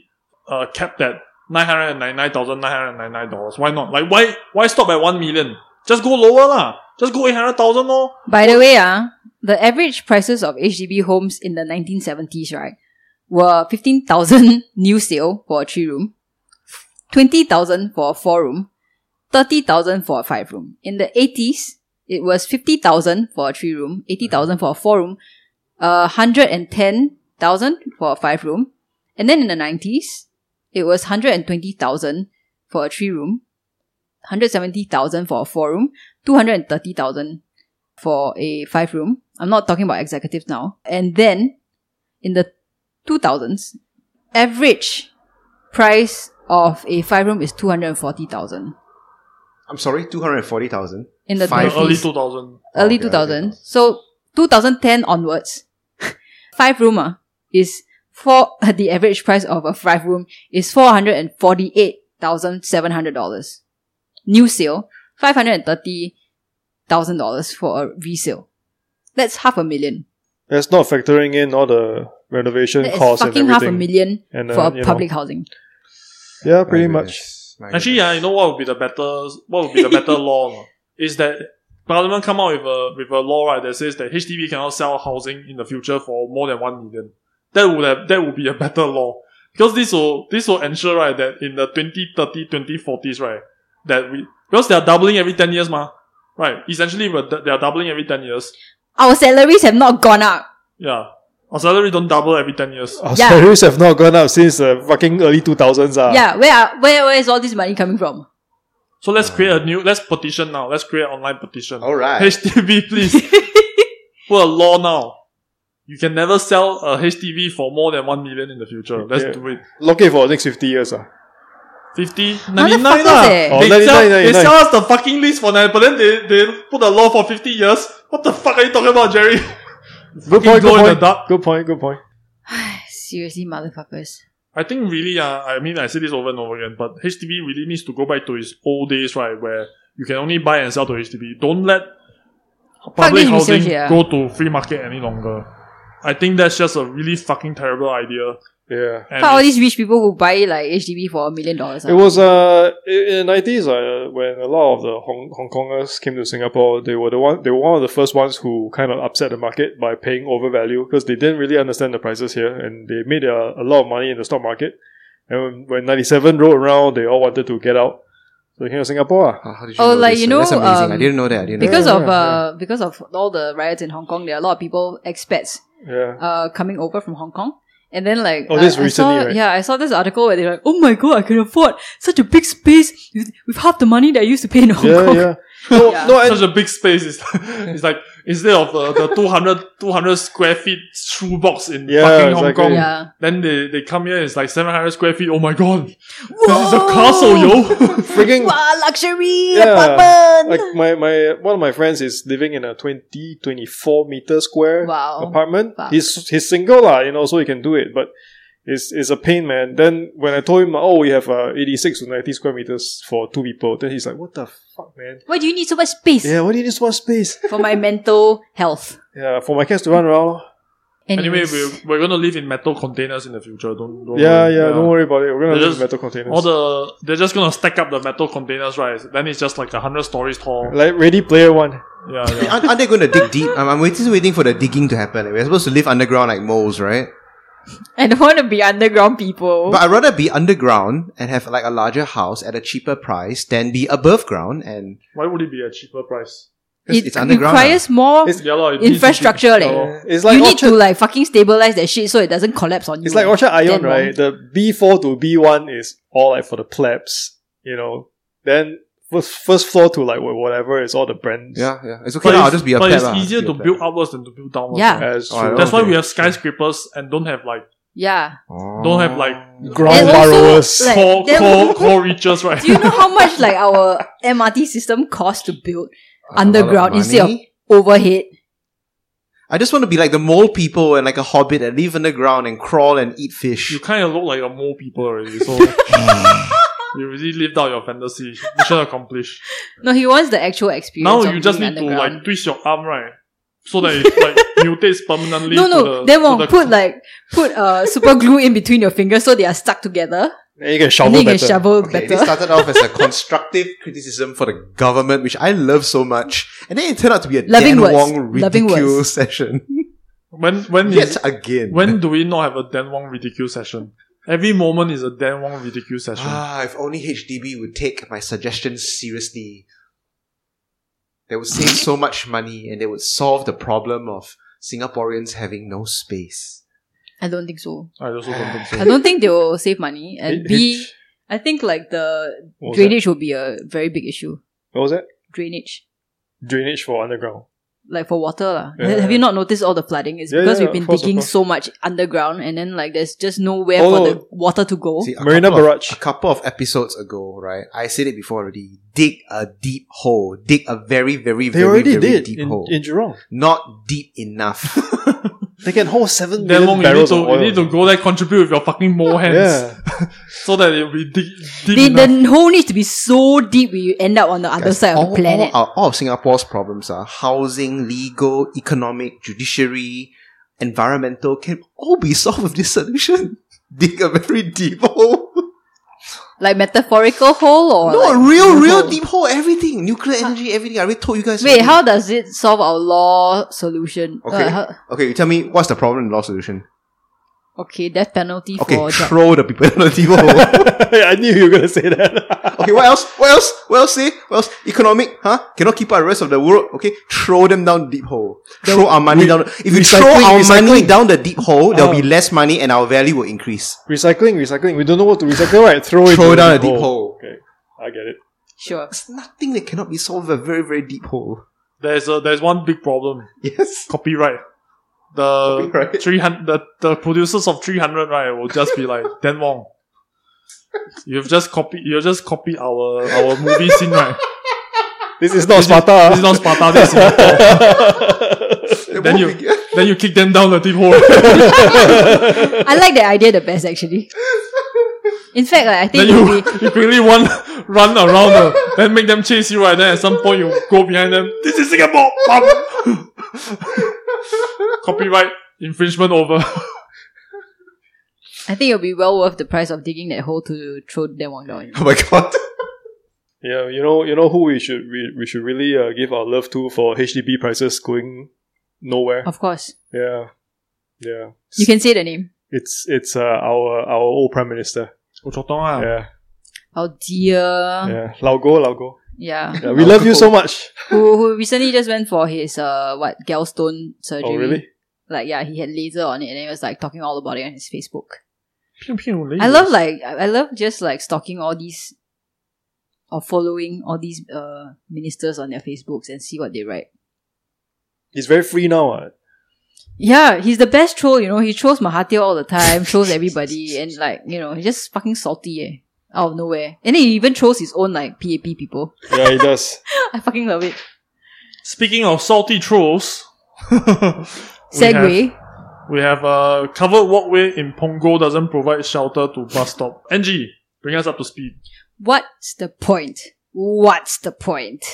Speaker 2: uh, capped at nine hundred and ninety nine thousand nine hundred ninety nine dollars. Why not? Like, why why stop at one million? Just go lower, lah. Just go eight hundred thousand, lor.
Speaker 3: By the way, ah, the average prices of HDB homes in the 1970s, right, were 15,000 new sale for a three room, 20,000 for a four room, 30,000 for a five room. In the 80s, it was 50,000 for a three room, 80,000 for a four room, uh, 110,000 for a five room. And then in the 90s, it was 120,000 for a three room, 170,000 for a four room, 230,000 for a five room. I'm not talking about executives now. And then in the 2000s, average price of a five room is 240,000
Speaker 1: I'm sorry, two hundred forty thousand.
Speaker 3: in the
Speaker 1: Five
Speaker 2: The
Speaker 3: 90s,
Speaker 2: early
Speaker 3: early,
Speaker 2: two thousand.
Speaker 1: Okay, okay.
Speaker 3: 2000. So 2010 onwards, five roomer is for the average price of a five room is $448,700. New sale, $530,000 for a resale. That's half a million.
Speaker 4: That's not factoring in all the renovation
Speaker 3: That is
Speaker 4: costs and
Speaker 3: fucking
Speaker 4: everything.
Speaker 3: half a million
Speaker 4: and, uh,
Speaker 3: for
Speaker 4: you know.
Speaker 3: public housing.
Speaker 4: Yeah, Oh, pretty much.
Speaker 2: Actually, yeah, you know what would be the better what would be the better law or not? is that Parliament come out with a with a law right that says that HDB cannot sell housing in the future for more than one million. That would have that would be a better law because this will this will ensure right that in the 2030 2040s right that we because they are doubling every ten years ma right essentially we're du- they are doubling every ten years
Speaker 3: Our salaries have not gone up.
Speaker 2: yeah our salary don't double every ten years
Speaker 4: Our
Speaker 3: Yeah.
Speaker 4: salaries have not gone up since the fucking early two thousands. Ah,
Speaker 3: yeah, where are, where where is all this money coming from?
Speaker 2: so let's create a new let's petition now let's create an online petition
Speaker 1: All right.
Speaker 2: HDB, please put a law now. You can never sell a HDB for more than one million in the future. Let's
Speaker 4: Yeah.
Speaker 2: do it.
Speaker 4: lock it for the next fifty years. Ah,
Speaker 2: Fifty ninety nine
Speaker 3: Motherfuckers,
Speaker 2: lah.
Speaker 3: eh.
Speaker 4: Oh,
Speaker 2: they,
Speaker 4: 99,
Speaker 2: sell, they
Speaker 4: 99.
Speaker 2: sell us the fucking list for nine, but then they, they put a law for fifty years. What the fuck are you talking about, Jerry?
Speaker 4: good point.
Speaker 2: glow
Speaker 4: Good
Speaker 2: in the
Speaker 4: point.
Speaker 2: dark.
Speaker 4: Good point. Good point.
Speaker 3: Seriously, motherfuckers.
Speaker 2: I think really, uh, I mean, I say this over and over again, but HDB really needs to go back to its old days, right, where you can only buy and sell to HDB. Don't let public
Speaker 3: this research
Speaker 2: housing
Speaker 3: here.
Speaker 2: go to free market any longer. I think that's just a really fucking terrible idea.
Speaker 4: Yeah.
Speaker 2: And
Speaker 3: How all
Speaker 2: it's-
Speaker 3: these rich people who buy like HDB for a million dollars? ah?
Speaker 4: It was uh in the nineties uh, when a lot of the Hong Hong Kongers came to Singapore. They were the one they were one of the first ones who kind of upset the market by paying overvalue because they didn't really understand the prices here, and they made a, a lot of money in the stock market. And when, when ninety seven rolled around, they all wanted to get out. So here in Singapore, ah,
Speaker 1: How did know
Speaker 3: Oh, like,
Speaker 1: this?
Speaker 3: you know,
Speaker 1: that's amazing. I
Speaker 3: um,
Speaker 1: didn't know that. I didn't know
Speaker 3: because
Speaker 4: Yeah,
Speaker 3: of
Speaker 4: yeah,
Speaker 3: uh because of all the riots in Hong Kong, there are a lot of people expats
Speaker 4: yeah,
Speaker 3: uh coming over from Hong Kong. And then like
Speaker 4: Oh,
Speaker 3: I-
Speaker 4: this
Speaker 3: I
Speaker 4: recently,
Speaker 3: saw-
Speaker 4: right?
Speaker 3: yeah, I saw this article where they're like, Oh my god, I can afford such a big space with, with half the money that I used to pay in Hong
Speaker 4: yeah,
Speaker 3: Kong.
Speaker 4: yeah. No,
Speaker 3: Yeah.
Speaker 4: no, and
Speaker 2: such a big space. It's, it's like instead of uh, the 200, 200 square feet shoebox in
Speaker 4: Yeah,
Speaker 2: fucking Hong
Speaker 4: exactly.
Speaker 2: Kong,
Speaker 3: Yeah.
Speaker 2: then they, they come here. It's like seven hundred square feet. Oh my god, this is a
Speaker 3: Whoa!
Speaker 2: castle, yo.
Speaker 4: freaking
Speaker 3: Wow, luxury
Speaker 4: Yeah,
Speaker 3: apartment.
Speaker 4: like my, my one of my friends is living in a 20 24 meter square
Speaker 3: Wow.
Speaker 4: apartment
Speaker 3: Oh, Fuck.
Speaker 4: he's he's single lah, you know so he can do it but it's, it's a pain man then when i told him oh we have uh, 86 to 90 square meters for two people then he's like what the fuck man
Speaker 3: Why do you need so much space
Speaker 4: yeah what do you need so much space
Speaker 3: for my mental health?
Speaker 4: yeah for my cats to run around
Speaker 2: anyway,
Speaker 3: Anyways.
Speaker 2: we're, we're gonna live in metal containers in the future. Don't, don't
Speaker 4: yeah
Speaker 2: worry.
Speaker 4: yeah don't worry about it we're gonna
Speaker 2: They're just-
Speaker 4: live in metal containers
Speaker 2: All the they're just gonna stack up the metal containers, right? Then it's just like hundred stories tall.
Speaker 4: like ready player one
Speaker 2: Yeah,
Speaker 1: that.
Speaker 2: yeah.
Speaker 1: Aren't, aren't they going to dig deep? I'm, I'm waiting, just waiting for the digging to happen. We're supposed to live underground like moles, right?
Speaker 3: I don't want to be underground people.
Speaker 1: But I'd rather be underground and have like a larger house at a cheaper price than be above ground and
Speaker 2: Why would it be a cheaper price?
Speaker 1: 'cause
Speaker 3: it
Speaker 1: it's underground. lah.
Speaker 3: requires more.
Speaker 4: ah. It's-
Speaker 2: Yeah, lah, it
Speaker 3: Infrastructure,
Speaker 2: needs to be-
Speaker 3: leh.
Speaker 2: Yeah, lor.
Speaker 4: It's like
Speaker 3: you need
Speaker 4: Orchard,
Speaker 3: to like fucking stabilize that shit so it doesn't collapse on you.
Speaker 4: it's like Orchard Ion,
Speaker 3: Then wrong.
Speaker 4: right? The B four to B one is all like for the plebs, you know. Then first first floor to like wha- whatever is all the brands.
Speaker 1: Yeah, yeah. It's okay.
Speaker 2: But
Speaker 1: lah, I'll
Speaker 2: it's,
Speaker 1: just be a
Speaker 2: but
Speaker 1: pet
Speaker 2: it's
Speaker 1: lah, just
Speaker 2: easier
Speaker 1: be
Speaker 2: to
Speaker 1: a pet.
Speaker 2: build upwards than to build downwards.
Speaker 3: Yeah.
Speaker 4: That's
Speaker 1: Oh, I
Speaker 4: true.
Speaker 1: don't
Speaker 2: That's why
Speaker 1: Okay.
Speaker 2: we have skyscrapers and don't have like
Speaker 3: yeah.
Speaker 1: Oh.
Speaker 2: don't have like
Speaker 4: Ground
Speaker 3: And also,
Speaker 4: borrowers.
Speaker 3: like-
Speaker 2: core
Speaker 3: then-
Speaker 2: core core reaches, right?
Speaker 3: Do you know how much like our MRT system costs to build
Speaker 1: A lot of
Speaker 3: underground instead of-
Speaker 1: money.
Speaker 3: overhead?
Speaker 1: I just want to be like the mole people and like a hobbit and live underground and crawl and eat
Speaker 2: You
Speaker 1: fish.
Speaker 2: kind of look like a mole people already, so you really lived out your fantasy. Mission accomplished.
Speaker 3: No, he wants the actual experience.
Speaker 2: Now
Speaker 3: of
Speaker 2: you just
Speaker 3: being
Speaker 2: need to like
Speaker 3: underground.
Speaker 2: twist your arm, right? So that it like mutates permanently.
Speaker 3: No,
Speaker 2: to
Speaker 3: no.
Speaker 2: the-
Speaker 3: Then
Speaker 2: to
Speaker 3: we'll
Speaker 2: the-
Speaker 3: put like put uh super glue in between your fingers so they are stuck together.
Speaker 4: And you can
Speaker 3: And
Speaker 4: shovel
Speaker 3: then you can
Speaker 4: better.
Speaker 3: shovel
Speaker 1: Okay, this
Speaker 3: better.
Speaker 1: started off as a constructive criticism for the government, which I love so much, and then it turned out to be a
Speaker 3: Loving
Speaker 1: Dan
Speaker 3: words.
Speaker 1: Wong
Speaker 3: Loving words.
Speaker 1: ridiculous session.
Speaker 2: when when
Speaker 1: Yet
Speaker 2: is,
Speaker 1: again,
Speaker 2: when do we not have a Dan Wong ridiculous session? Every moment is a Dan Wong ridiculous session.
Speaker 1: ah, if only HDB would take my suggestions seriously, they would save so much money and they would solve the problem of Singaporeans having no space.
Speaker 3: I don't think so.
Speaker 2: I also don't think so.
Speaker 3: I don't think they will save money. And
Speaker 4: H-
Speaker 3: B,
Speaker 4: H-
Speaker 3: I think like the
Speaker 4: what was that?
Speaker 3: drainage will be a very big issue.
Speaker 4: What was that?
Speaker 3: Drainage.
Speaker 4: Drainage for underground.
Speaker 3: Like for water. lah.
Speaker 4: Yeah,
Speaker 3: Have
Speaker 4: yeah.
Speaker 3: you not noticed all the flooding? It's
Speaker 4: Yeah,
Speaker 3: because
Speaker 4: yeah,
Speaker 3: we've been
Speaker 4: of course, of
Speaker 3: digging
Speaker 4: course.
Speaker 3: so much underground and then like there's just nowhere
Speaker 4: Oh,
Speaker 3: for
Speaker 4: no.
Speaker 3: the water to go.
Speaker 1: See, a
Speaker 4: Marina
Speaker 1: couple of-
Speaker 4: Barrage.
Speaker 1: a couple of episodes ago, right? I said it before already. Dig a deep hole. Dig a very, very,
Speaker 4: They
Speaker 1: very,
Speaker 4: already
Speaker 1: very
Speaker 4: did
Speaker 1: deep
Speaker 4: in,
Speaker 1: hole.
Speaker 4: in Jurong.
Speaker 1: Not deep enough.
Speaker 4: They can hold seven
Speaker 2: Dan
Speaker 4: million
Speaker 2: Wong, you need
Speaker 4: barrels
Speaker 2: to
Speaker 4: of oil.
Speaker 2: you need to go there contribute with your fucking mole hands
Speaker 4: yeah,
Speaker 2: so that it will be deep, deep
Speaker 3: The,
Speaker 2: enough.
Speaker 3: the hole needs to be so deep we end up on the other
Speaker 1: Guys,
Speaker 3: side of
Speaker 1: all,
Speaker 3: the planet.
Speaker 1: All, our- all of Singapore's problems are housing, legal, economic, judiciary, environmental can all be solved with this solution. Dig a very deep hole.
Speaker 3: like metaphorical hole or
Speaker 1: no,
Speaker 3: like,
Speaker 1: a real, real
Speaker 3: hole?
Speaker 1: deep hole. Everything, nuclear energy, everything. I already told you guys.
Speaker 3: Wait,
Speaker 1: already.
Speaker 3: how does it solve our law solution? Uh,
Speaker 1: Okay,
Speaker 3: how-
Speaker 1: okay. You tell me what's the problem in law solution?
Speaker 3: okay, death penalty
Speaker 1: Okay,
Speaker 3: for drug.
Speaker 1: throw the people in the deep hole.
Speaker 4: I knew you were gonna say that.
Speaker 1: Okay, what else? What else? What else? Say? What else? Economic, huh? Cannot keep up the rest of the world. Okay, throw them down the deep hole. throw our money down. If you throw
Speaker 4: recycling,
Speaker 1: our money
Speaker 4: recycling.
Speaker 1: down the deep hole, there'll be
Speaker 4: Ah.
Speaker 1: less money and our value will increase.
Speaker 4: recycling, recycling. We don't know what to recycle, right? Throw it.
Speaker 1: throw
Speaker 4: into
Speaker 1: down a deep hole.
Speaker 4: Okay, I get it.
Speaker 3: Sure.
Speaker 1: There's nothing that cannot be solved with a very very deep hole.
Speaker 2: There's a there's one big problem.
Speaker 1: Yes.
Speaker 2: copyright. The
Speaker 1: Copyright.
Speaker 2: three hundred, the, the producers of three hundred, right, will just be like Dan Wong. You've just copied. You just copied our our movie scene, right?
Speaker 4: This is not Sparta.
Speaker 2: This is not Sparta. This is Singapore.
Speaker 1: It
Speaker 2: Then
Speaker 1: won't
Speaker 2: you-
Speaker 1: be good.
Speaker 2: then you kick them down the deep hole.
Speaker 3: I like that idea the best actually. In fact, like, I
Speaker 2: then
Speaker 3: think
Speaker 2: you,
Speaker 3: it would be
Speaker 2: you quickly one run around, the, then make them chase you. Right then, at some point, you go behind them. This is Singapore. Bam. Copyright infringement over.
Speaker 3: I think it'll be well worth the price of digging that hole to throw them one down.
Speaker 1: Oh my god.
Speaker 4: Yeah, you know, you know who we should we, we should really uh, give our love to for HDB prices going nowhere.
Speaker 3: Of course.
Speaker 4: Yeah, yeah.
Speaker 3: You can say the name.
Speaker 4: It's it's uh, our our old prime minister. Yeah,
Speaker 3: Oh dear.
Speaker 4: yeah. Laugo, Laugo.
Speaker 3: Yeah.
Speaker 4: Yeah, we love you so much.
Speaker 3: who who recently just went for his uh what gallstone surgery.
Speaker 4: Oh, really?
Speaker 3: Like yeah, he had laser on it and he was like talking all about it on his Facebook.
Speaker 2: Pew, pew,
Speaker 3: I
Speaker 2: lasers.
Speaker 3: love like I I love just like stalking all these or following all these uh ministers on their Facebooks and see what they write.
Speaker 4: He's very free now. Uh.
Speaker 3: Yeah, he's the best troll, you know. He trolls Mahathir all the time, trolls everybody, and like, you know, he's just fucking salty eh, out of nowhere. And then he even trolls his own like PAP people.
Speaker 4: Yeah, he does.
Speaker 3: I fucking love it.
Speaker 2: Speaking of salty trolls,
Speaker 3: Segway.
Speaker 2: We have a covered walkway in Pongo doesn't provide shelter to bus stop. NG, bring us up to speed.
Speaker 3: What's the point? What's the point?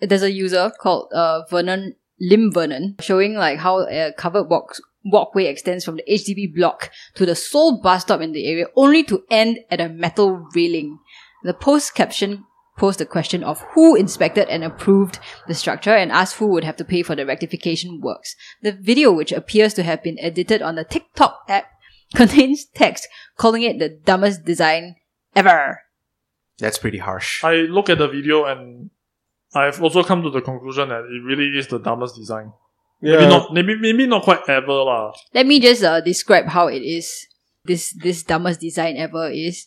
Speaker 3: There's a user called uh, Vernon Lim Vernon showing like how a covered box walkway extends from the HDB block to the sole bus stop in the area, only to end at a metal railing. The post caption posed the question of who inspected and approved the structure and asked who would have to pay for the rectification works. The video, which appears to have been edited on the TikTok app contains text calling it the dumbest design ever.
Speaker 1: That's pretty harsh.
Speaker 2: I look at the video and I've also come to the conclusion that it really is the dumbest design.
Speaker 4: Yeah.
Speaker 2: Maybe not maybe maybe not quite ever lah.
Speaker 3: Let me just uh, describe how it is. This this dumbest design ever is.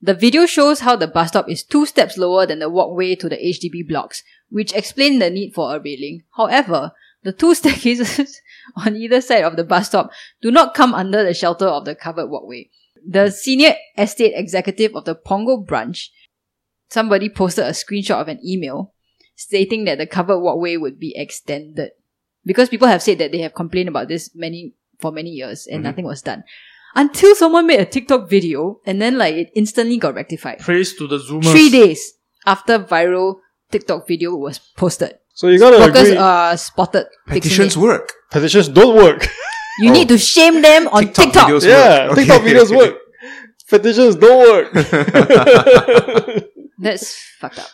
Speaker 3: The video shows how the bus stop is two steps lower than the walkway to the HDB blocks, which explain the need for a railing. However, the two staircases on either side of the bus stop do not come under the shelter of the covered walkway. The senior estate executive of the Pongo branch, somebody posted a screenshot of an email stating that the covered walkway would be extended because people have said that they have complained about this many for many years and
Speaker 1: Mhm.
Speaker 3: nothing was done until someone made a TikTok video and then like it instantly got rectified.
Speaker 2: Praise to the zoomers.
Speaker 3: Three days after viral TikTok video was posted,
Speaker 4: So you gotta
Speaker 3: workers
Speaker 4: agree.
Speaker 3: are spotted. fixing
Speaker 1: Petitions
Speaker 3: it.
Speaker 1: work.
Speaker 4: petitions don't work.
Speaker 3: You
Speaker 1: Oh.
Speaker 3: need to shame them on TikTok.
Speaker 1: videos
Speaker 4: yeah,
Speaker 1: work.
Speaker 4: TikTok
Speaker 1: Okay.
Speaker 4: videos work. Petitions don't work.
Speaker 3: That's fucked up.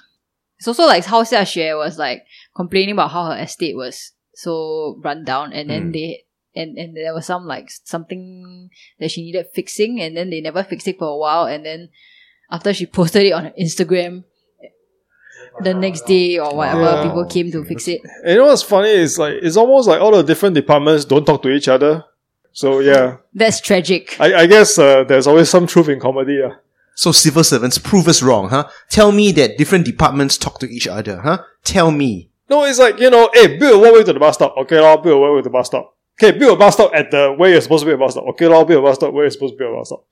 Speaker 3: It's also like how Xia Xue was like complaining about how her estate was so run down and then
Speaker 1: Mm.
Speaker 3: they and, and there was some like something that she needed fixing and then they never fixed it for a while and then after she posted it on her Instagram the next day or whatever
Speaker 4: Yeah.
Speaker 3: people came to fix it.
Speaker 4: And you know what's funny is like it's almost like all the different departments don't talk to each other. So yeah,
Speaker 3: That's tragic.
Speaker 4: I, I guess uh, there's always some truth in comedy. Uh.
Speaker 1: So civil servants, prove us wrong, huh? Tell me that different departments talk to each other, huh? Tell me.
Speaker 4: No, it's like you know, hey, build a walkway to the bus stop. Okay, I'll build a walkway to the bus stop. Okay, build a bus stop at the where you're supposed to be a bus stop. Okay, I'll build a bus stop where you're supposed to be a bus stop.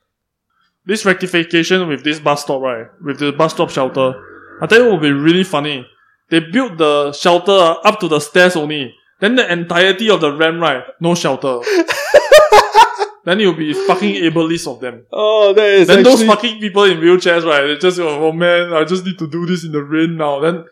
Speaker 2: This rectification with this bus stop, right? With the bus stop shelter. I tell you it would be really funny. They built the shelter up to the stairs only. Then the entirety of the ramp, right? No shelter. then you'll be fucking ableist of them.
Speaker 4: Oh, that is
Speaker 2: then
Speaker 4: actually
Speaker 2: those fucking people in wheelchairs, right? They just go, oh man, I just need to do this in the rain now. Then,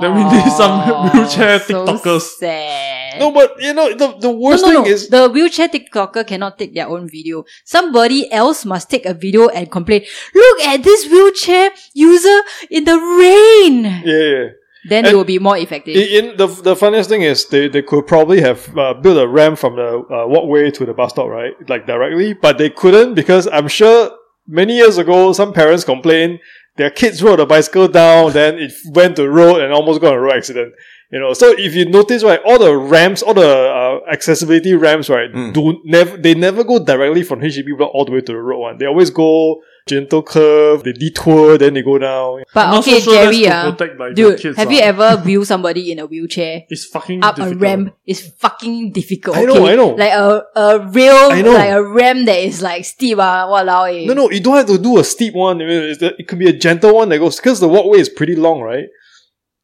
Speaker 2: then we need some
Speaker 3: Aw,
Speaker 2: wheelchair
Speaker 3: so
Speaker 2: TikTokers.
Speaker 3: Sad.
Speaker 4: no, but you know the the
Speaker 3: No,
Speaker 4: worst
Speaker 3: no, no.
Speaker 4: thing is
Speaker 3: the wheelchair TikToker cannot take their own video. Somebody else must take a video and complain. Look at this wheelchair user in the rain.
Speaker 4: yeah, yeah.
Speaker 3: Then it
Speaker 4: And-
Speaker 3: will be more effective.
Speaker 4: In, in the the funniest thing is they, they could probably have uh, built a ramp from the uh, walkway to the bus stop, right? Like directly, but they couldn't because I'm sure many years ago some parents complained their kids rode a bicycle down, then it went to road and almost got in a road accident. You know, so if you notice, right, all the ramps, all the uh, accessibility ramps, right,
Speaker 1: Mm.
Speaker 4: do never they never go directly from HDB block all the way to the road one. They always go gentle curve, they detour, then they go down.
Speaker 2: I'm
Speaker 3: but
Speaker 2: not so
Speaker 3: okay,
Speaker 2: sure that's
Speaker 3: Jerry,
Speaker 2: to
Speaker 3: ah,
Speaker 2: protect, like, the
Speaker 3: dude,
Speaker 2: kids,
Speaker 3: have
Speaker 2: ah.
Speaker 3: you ever wheeled somebody in a wheelchair
Speaker 2: It's fucking
Speaker 3: up
Speaker 2: difficult.
Speaker 3: a ramp? It's fucking difficult.
Speaker 4: I know,
Speaker 3: okay?
Speaker 4: I know.
Speaker 3: Like a a rail,
Speaker 4: I know.
Speaker 3: like a ramp that is like steep. Ah, walao eh.
Speaker 4: No, no, you don't have to do a steep one. I mean, it's the- It could be a gentle one that goes because the walkway is pretty long, right?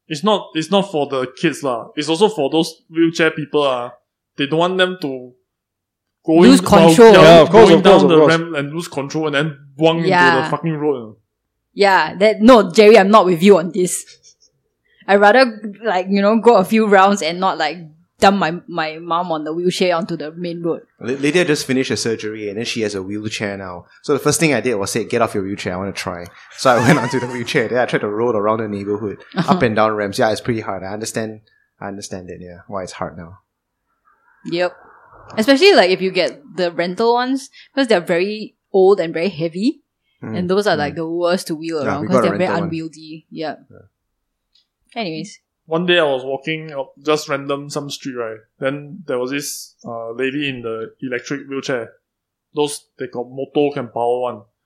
Speaker 2: It's not. It's not for the kids lah. It's also for those wheelchair people ah. They don't want them to go
Speaker 3: Lose
Speaker 2: in, while-
Speaker 3: control.
Speaker 4: Yeah, of course,
Speaker 2: going
Speaker 4: of course,
Speaker 2: down
Speaker 4: of
Speaker 2: the
Speaker 4: course.
Speaker 2: ramp and lose control and then buang into
Speaker 3: Yeah.
Speaker 2: the fucking road.
Speaker 3: Yeah, that no, Jerry, I'm not with you on this. I rather like you know go a few rounds and not like dump my my mom on the wheelchair onto the main road.
Speaker 1: L- Lydia just finished her surgery and then she has a wheelchair now. So the first thing I did was say, get off your wheelchair, I want to try. So I went onto the wheelchair, then I tried to roll around the neighborhood, up and down ramps. Yeah, it's pretty hard. I understand. I understand it, yeah. Why it's hard now.
Speaker 3: Yep, especially like if you get the rental ones because they're very old and very heavy,
Speaker 1: Mm.
Speaker 3: and those are
Speaker 1: mm.
Speaker 3: like the worst to wheel
Speaker 1: Yeah,
Speaker 3: around
Speaker 1: we
Speaker 3: because
Speaker 1: got a
Speaker 3: they're very
Speaker 1: rental one.
Speaker 3: unwieldy. Yep. Anyways,
Speaker 2: One day I was walking up just random some street right. Then there was this uh, lady in the electric wheelchair. Those they got motor can power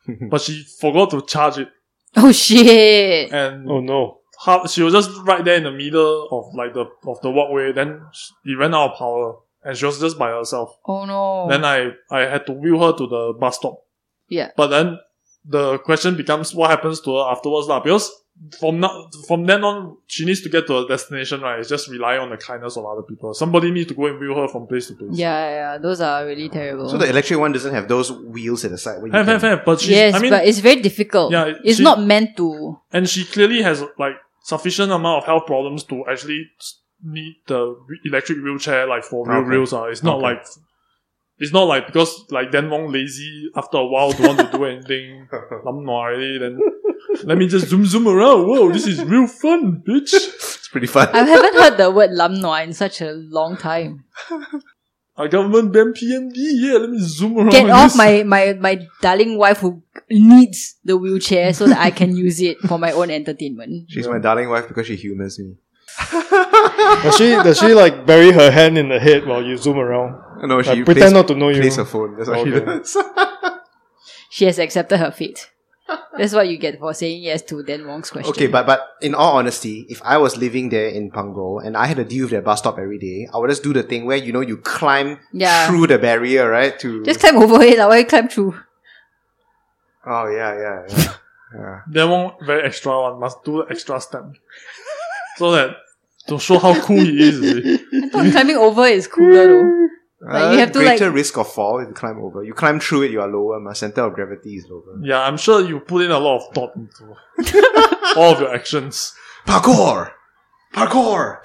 Speaker 2: one, but she forgot to charge it
Speaker 3: oh shit!
Speaker 2: and
Speaker 4: Oh no.
Speaker 2: how she was just right there in the middle of like the of the walkway. Then sh- it ran out of power, and she was just by herself.
Speaker 3: Oh no!
Speaker 2: Then I I had to wheel her to the bus stop.
Speaker 3: Yeah.
Speaker 2: But then the question becomes what happens to her afterwards, lah. Because from now from then on, she needs to get to her destination, right? It's just relying on the kindness of other people. Somebody needs to go and wheel her from place to place.
Speaker 3: yeah, yeah, those are really terrible.
Speaker 1: So the electric one doesn't have those wheels at the side. where you
Speaker 2: Have,
Speaker 1: can-
Speaker 2: have, have. But she's,
Speaker 3: yes,
Speaker 2: I mean,
Speaker 3: but it's very difficult.
Speaker 2: Yeah,
Speaker 3: it's
Speaker 2: she-
Speaker 3: not meant to.
Speaker 2: and she clearly has like sufficient amount of health problems to actually s- need the re- electric wheelchair like for real
Speaker 1: Okay.
Speaker 2: reals. ah. It's not
Speaker 1: Okay.
Speaker 2: like it's not like because like Dan Wong lazy after a while don't want to do anything. Lam nua already then let me just zoom zoom around. Whoa, this is real fun, bitch.
Speaker 1: It's pretty fun.
Speaker 3: I haven't heard the word lam nua in such a long time.
Speaker 2: Our government banned PMD. Yeah, let me zoom around.
Speaker 3: Get
Speaker 2: on
Speaker 3: off
Speaker 2: Oh, this.
Speaker 3: my, my, my darling wife who needs the wheelchair so that I can use it for my own entertainment.
Speaker 1: She's my darling wife because she humors me.
Speaker 4: Does she does she like bury her hand in the head while you zoom around?
Speaker 1: No, she plays,
Speaker 4: Like, pretend not to know you.
Speaker 1: plays her phone. That's what she
Speaker 4: Okay.
Speaker 1: does.
Speaker 3: She has accepted her fate. That's what you get for saying yes to Dan Wong's question.
Speaker 1: okay, but but in all honesty, if I was living there in Punggol and I had to deal with that bus stop every day, I would just do the thing where you know you climb
Speaker 3: Yeah.
Speaker 1: through the barrier, right? To
Speaker 3: Just climb over it. Like, why you climb through?
Speaker 1: oh yeah, yeah, yeah. yeah.
Speaker 2: That one very extra one. Must do the extra step. so that to show how cool he is. is it?
Speaker 3: I thought climbing over is cooler though. Like, you
Speaker 1: Uh,
Speaker 3: have to,
Speaker 1: greater
Speaker 3: like-
Speaker 1: risk of fall if you climb over. You climb through it, you are lower. My center of gravity is lower.
Speaker 2: Yeah, I'm sure you put in a lot of thought into all of your actions.
Speaker 1: Parkour, parkour.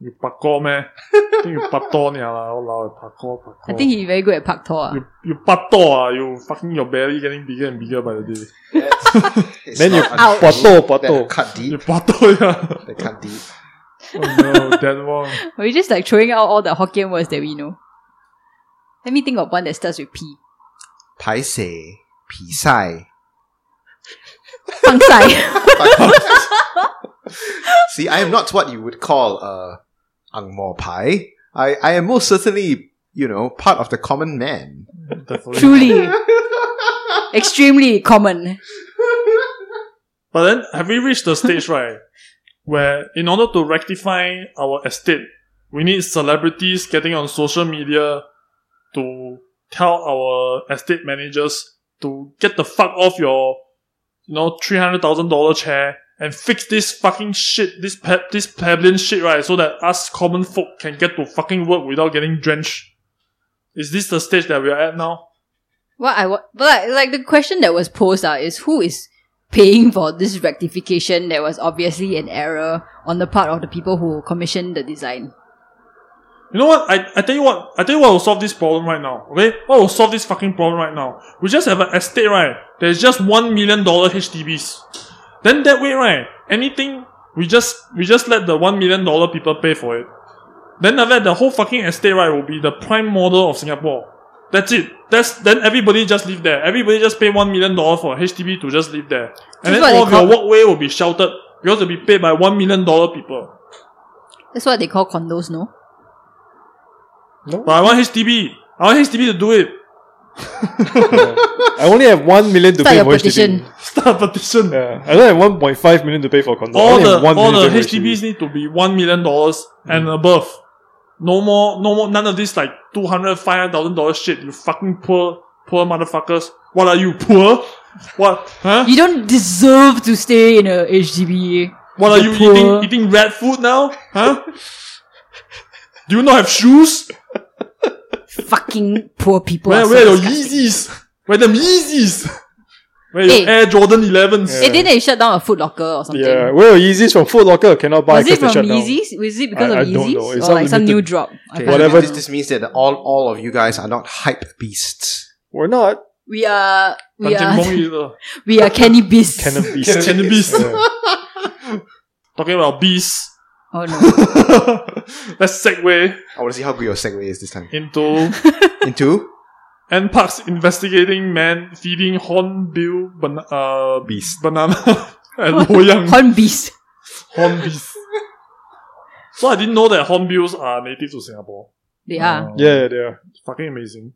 Speaker 2: You parkour man. I think you parkour ni lah. oh Walao, parkour, parkour.
Speaker 3: I think he very good at park tour.
Speaker 2: you you parkour ah. You fucking your belly getting bigger and bigger by the day.
Speaker 1: It's
Speaker 4: Then you
Speaker 1: not
Speaker 3: Ouch.
Speaker 4: pato
Speaker 1: that
Speaker 4: pato.
Speaker 1: cut
Speaker 2: You
Speaker 1: deep.
Speaker 2: parkour yeah.
Speaker 1: That cut deep.
Speaker 2: Oh no, that one.
Speaker 3: We're just like throwing out all the Hokkien words that we know. Let me think of one that starts with P.
Speaker 1: 排水, pisai.
Speaker 3: Pang sai.
Speaker 1: See, I am not what you would call a ang mo pai. I, I am most certainly, you know, part of the common man.
Speaker 2: Definitely.
Speaker 3: Truly. Extremely common.
Speaker 2: But then, have we reached the stage, right, where in order to rectify our estate, we need celebrities getting on social media to tell our estate managers to get the fuck off your, you know, three hundred thousand dollar chair and fix this fucking shit, this pe- this plebeian shit, right, so that us common folk can get to fucking work without getting drenched. Is this the stage that we are at now?
Speaker 3: What I wa- but like, like the question that was posed uh, is who is paying for this rectification that was obviously an error on the part of the people who commissioned the design.
Speaker 2: You know what? I, I tell you what. I tell you what will solve this problem right now. Okay, what will solve this fucking problem right now? We just have an estate, right? There's just one million dollar HDBs. Then that way, right? Anything we just we just let the one million dollar people pay for it. Then after that, the whole fucking estate, right, will be the prime model of Singapore. That's it. That's then everybody just live there. Everybody just pay one million dollar for HDB to just live there, and then
Speaker 3: That's what they
Speaker 2: all of your
Speaker 3: call-
Speaker 2: walkway will be sheltered because it'll be paid by one million dollar people.
Speaker 3: That's what they call condos, no?
Speaker 4: No,
Speaker 2: But I want HDB. I want HDB to do it.
Speaker 4: I only have one million to
Speaker 3: Start
Speaker 4: pay
Speaker 3: your
Speaker 4: for
Speaker 3: petition.
Speaker 4: HDB.
Speaker 2: Start a petition.
Speaker 4: Yeah, I don't have one point five million to pay for condo. I
Speaker 2: all
Speaker 4: only
Speaker 2: the
Speaker 4: have one Hmm.
Speaker 2: all the
Speaker 4: million to pay for
Speaker 2: HDBs need to be one million dollars and above. No more, no more, none of this like two hundred, five hundred thousand dollars shit. You fucking poor, poor motherfuckers. What are you poor? What? Huh?
Speaker 3: You don't deserve to stay in a HDB.
Speaker 2: What are
Speaker 3: you're
Speaker 2: you
Speaker 3: poor.
Speaker 2: eating? Eating rat food now? Huh? Do you not have shoes?
Speaker 3: Fucking poor people.
Speaker 2: Where
Speaker 3: are so
Speaker 2: where are your
Speaker 3: disgusting.
Speaker 2: Yeezys? Where them Yeezys? Where your
Speaker 3: Hey.
Speaker 2: Air Jordan Elevens?
Speaker 4: Yeah.
Speaker 3: It didn't they shut down a Foot Locker or something?
Speaker 4: Yeah, well, Yeezys from Foot Locker cannot buy
Speaker 3: Was it
Speaker 4: because they
Speaker 3: from
Speaker 4: shut down.
Speaker 3: Yeezys? Was it because
Speaker 4: I-
Speaker 3: of
Speaker 4: I
Speaker 3: Yeezys?
Speaker 4: don't know. It's
Speaker 3: or like some
Speaker 4: unlimited.
Speaker 3: new drop? I
Speaker 1: Okay,
Speaker 3: can't
Speaker 4: Whatever.
Speaker 1: This,
Speaker 3: remember.
Speaker 1: this means that all, all of you guys are not hype beasts.
Speaker 4: We're not
Speaker 3: We are we
Speaker 2: Tan Cheng Bong
Speaker 3: are
Speaker 2: is, uh,
Speaker 3: we are Kenny Beasts.
Speaker 4: cannabis.
Speaker 2: Cannabis.
Speaker 4: Yeah.
Speaker 2: Talking about bees.
Speaker 3: oh no.
Speaker 2: Let's segue
Speaker 1: I want to see how good your segue is this time.
Speaker 2: into
Speaker 1: Into
Speaker 2: And Parks investigating man feeding hornbill ban- uh,
Speaker 1: beast.
Speaker 2: banana at Loyang
Speaker 3: Horn Beast.
Speaker 2: hornbills. So I didn't know that hornbills are native to Singapore.
Speaker 3: They are.
Speaker 2: Uh,
Speaker 4: yeah, yeah, they are.
Speaker 2: Fucking amazing.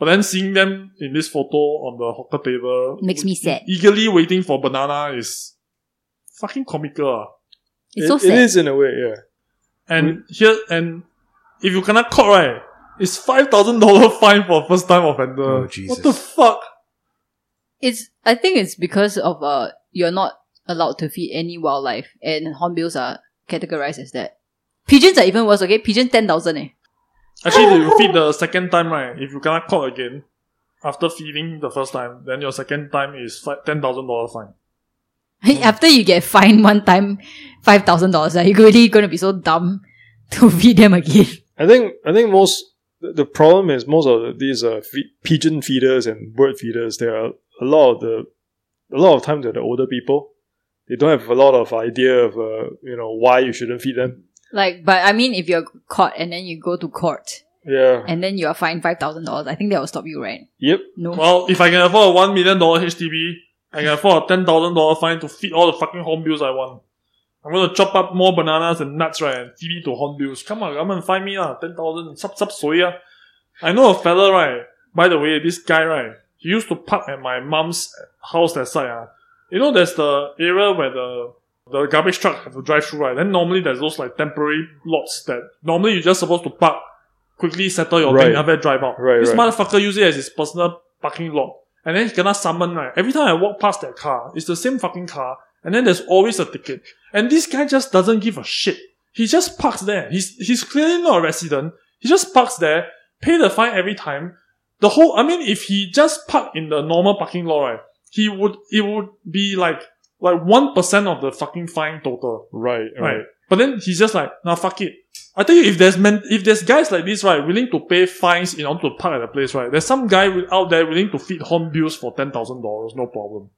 Speaker 2: But then seeing them in this photo on the hawker table e-,
Speaker 3: Makes me sad.
Speaker 2: eagerly waiting for banana is fucking comical. ah.
Speaker 3: It's
Speaker 4: It-
Speaker 3: so sad.
Speaker 4: It is in a way, yeah.
Speaker 2: And here and if you cannot caught right, it's five thousand dollar fine for first time offender.
Speaker 1: Oh,
Speaker 2: What the
Speaker 1: Jesus.
Speaker 2: fuck?
Speaker 3: It's I think it's because of uh you're not allowed to feed any wildlife and hornbills are categorized as that. Pigeons are even worse, okay? Pigeon ten thousand eh.
Speaker 2: Actually, if you feed the second time, right? If you cannot call again after feeding the first time, then your second time is fi- ten thousand dollar fine.
Speaker 3: After you get fined one time five thousand dollars, are you really gonna be so dumb to feed them again?
Speaker 4: I think I think most the the problem is most of these uh, fe- pigeon feeders and bird feeders. They are a lot of the a lot of times they're the older people. They don't have a lot of idea of uh, you know why you shouldn't feed them.
Speaker 3: Like, but I mean, if you're caught and then you go to court
Speaker 4: Yeah.
Speaker 3: and then you are fined five thousand dollars, I think that will stop you, right?
Speaker 4: Yep.
Speaker 3: No.
Speaker 2: Well, if I can afford a one million dollar HDB, I can afford a ten thousand dollar fine to feed all the fucking home bills I want. I'm gonna chop up more bananas and nuts, right, and feed it to home bills. Come on, come and find me, lah. Ten thousand, sub sub soy, ah. I know a fella, right. By the way, this guy, right, he used to park at my mom's house that side, ah. You know, there's the area where the the garbage truck have to drive through, right? Then normally there's those like temporary lots that normally you're just supposed to park, quickly settle your
Speaker 4: Right.
Speaker 2: thing, after that drive out.
Speaker 4: Right,
Speaker 2: this
Speaker 4: right.
Speaker 2: motherfucker use it as his personal parking lot. And then he cannot summon, right? Every time I walk past that car, it's the same fucking car. And then there's always a ticket. And this guy just doesn't give a shit. He just parks there. He's, he's clearly not a resident. He just parks there, pay the fine every time. The whole, I mean, if he just parked in the normal parking lot, right? He would, it would be like, like 1% of the fucking fine total.
Speaker 4: Right.
Speaker 2: Right. But then he's just like, nah, fuck it. I tell you, if there's men, if there's guys like this, right, willing to pay fines in order to park at a place, right, there's some guy wi- out there willing to feed home bills for ten thousand dollars, no problem,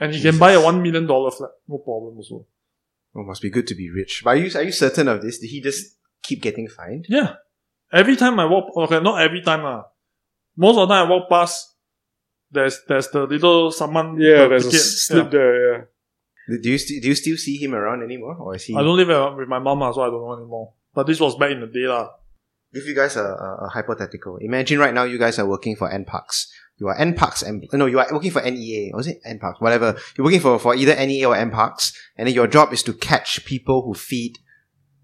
Speaker 2: and he can buy a one million dollar flat, no problem also.
Speaker 1: Oh, must be good to be rich. But are you, are you certain of this? Did he just keep getting fined?
Speaker 2: Yeah, every time I walk, okay, not every time lah. Most of the time I walk past, there's there's the little someone.
Speaker 4: Yeah,
Speaker 2: the
Speaker 4: there's a
Speaker 2: ticket.
Speaker 4: slip there, yeah.
Speaker 1: Do do you, st- do you still see him around anymore? Or is he...
Speaker 2: Yeah. I don't live at- with my mom, lah, so I don't know anymore. But this was back in the day, lah.
Speaker 1: give you guys a, a, a hypothetical. Imagine right now you guys are working for NParks. You are NParks and no, you are working for NEA. Or is it NParks? Whatever. You're working for, for either NEA or NParks, and then your job is to catch people who feed,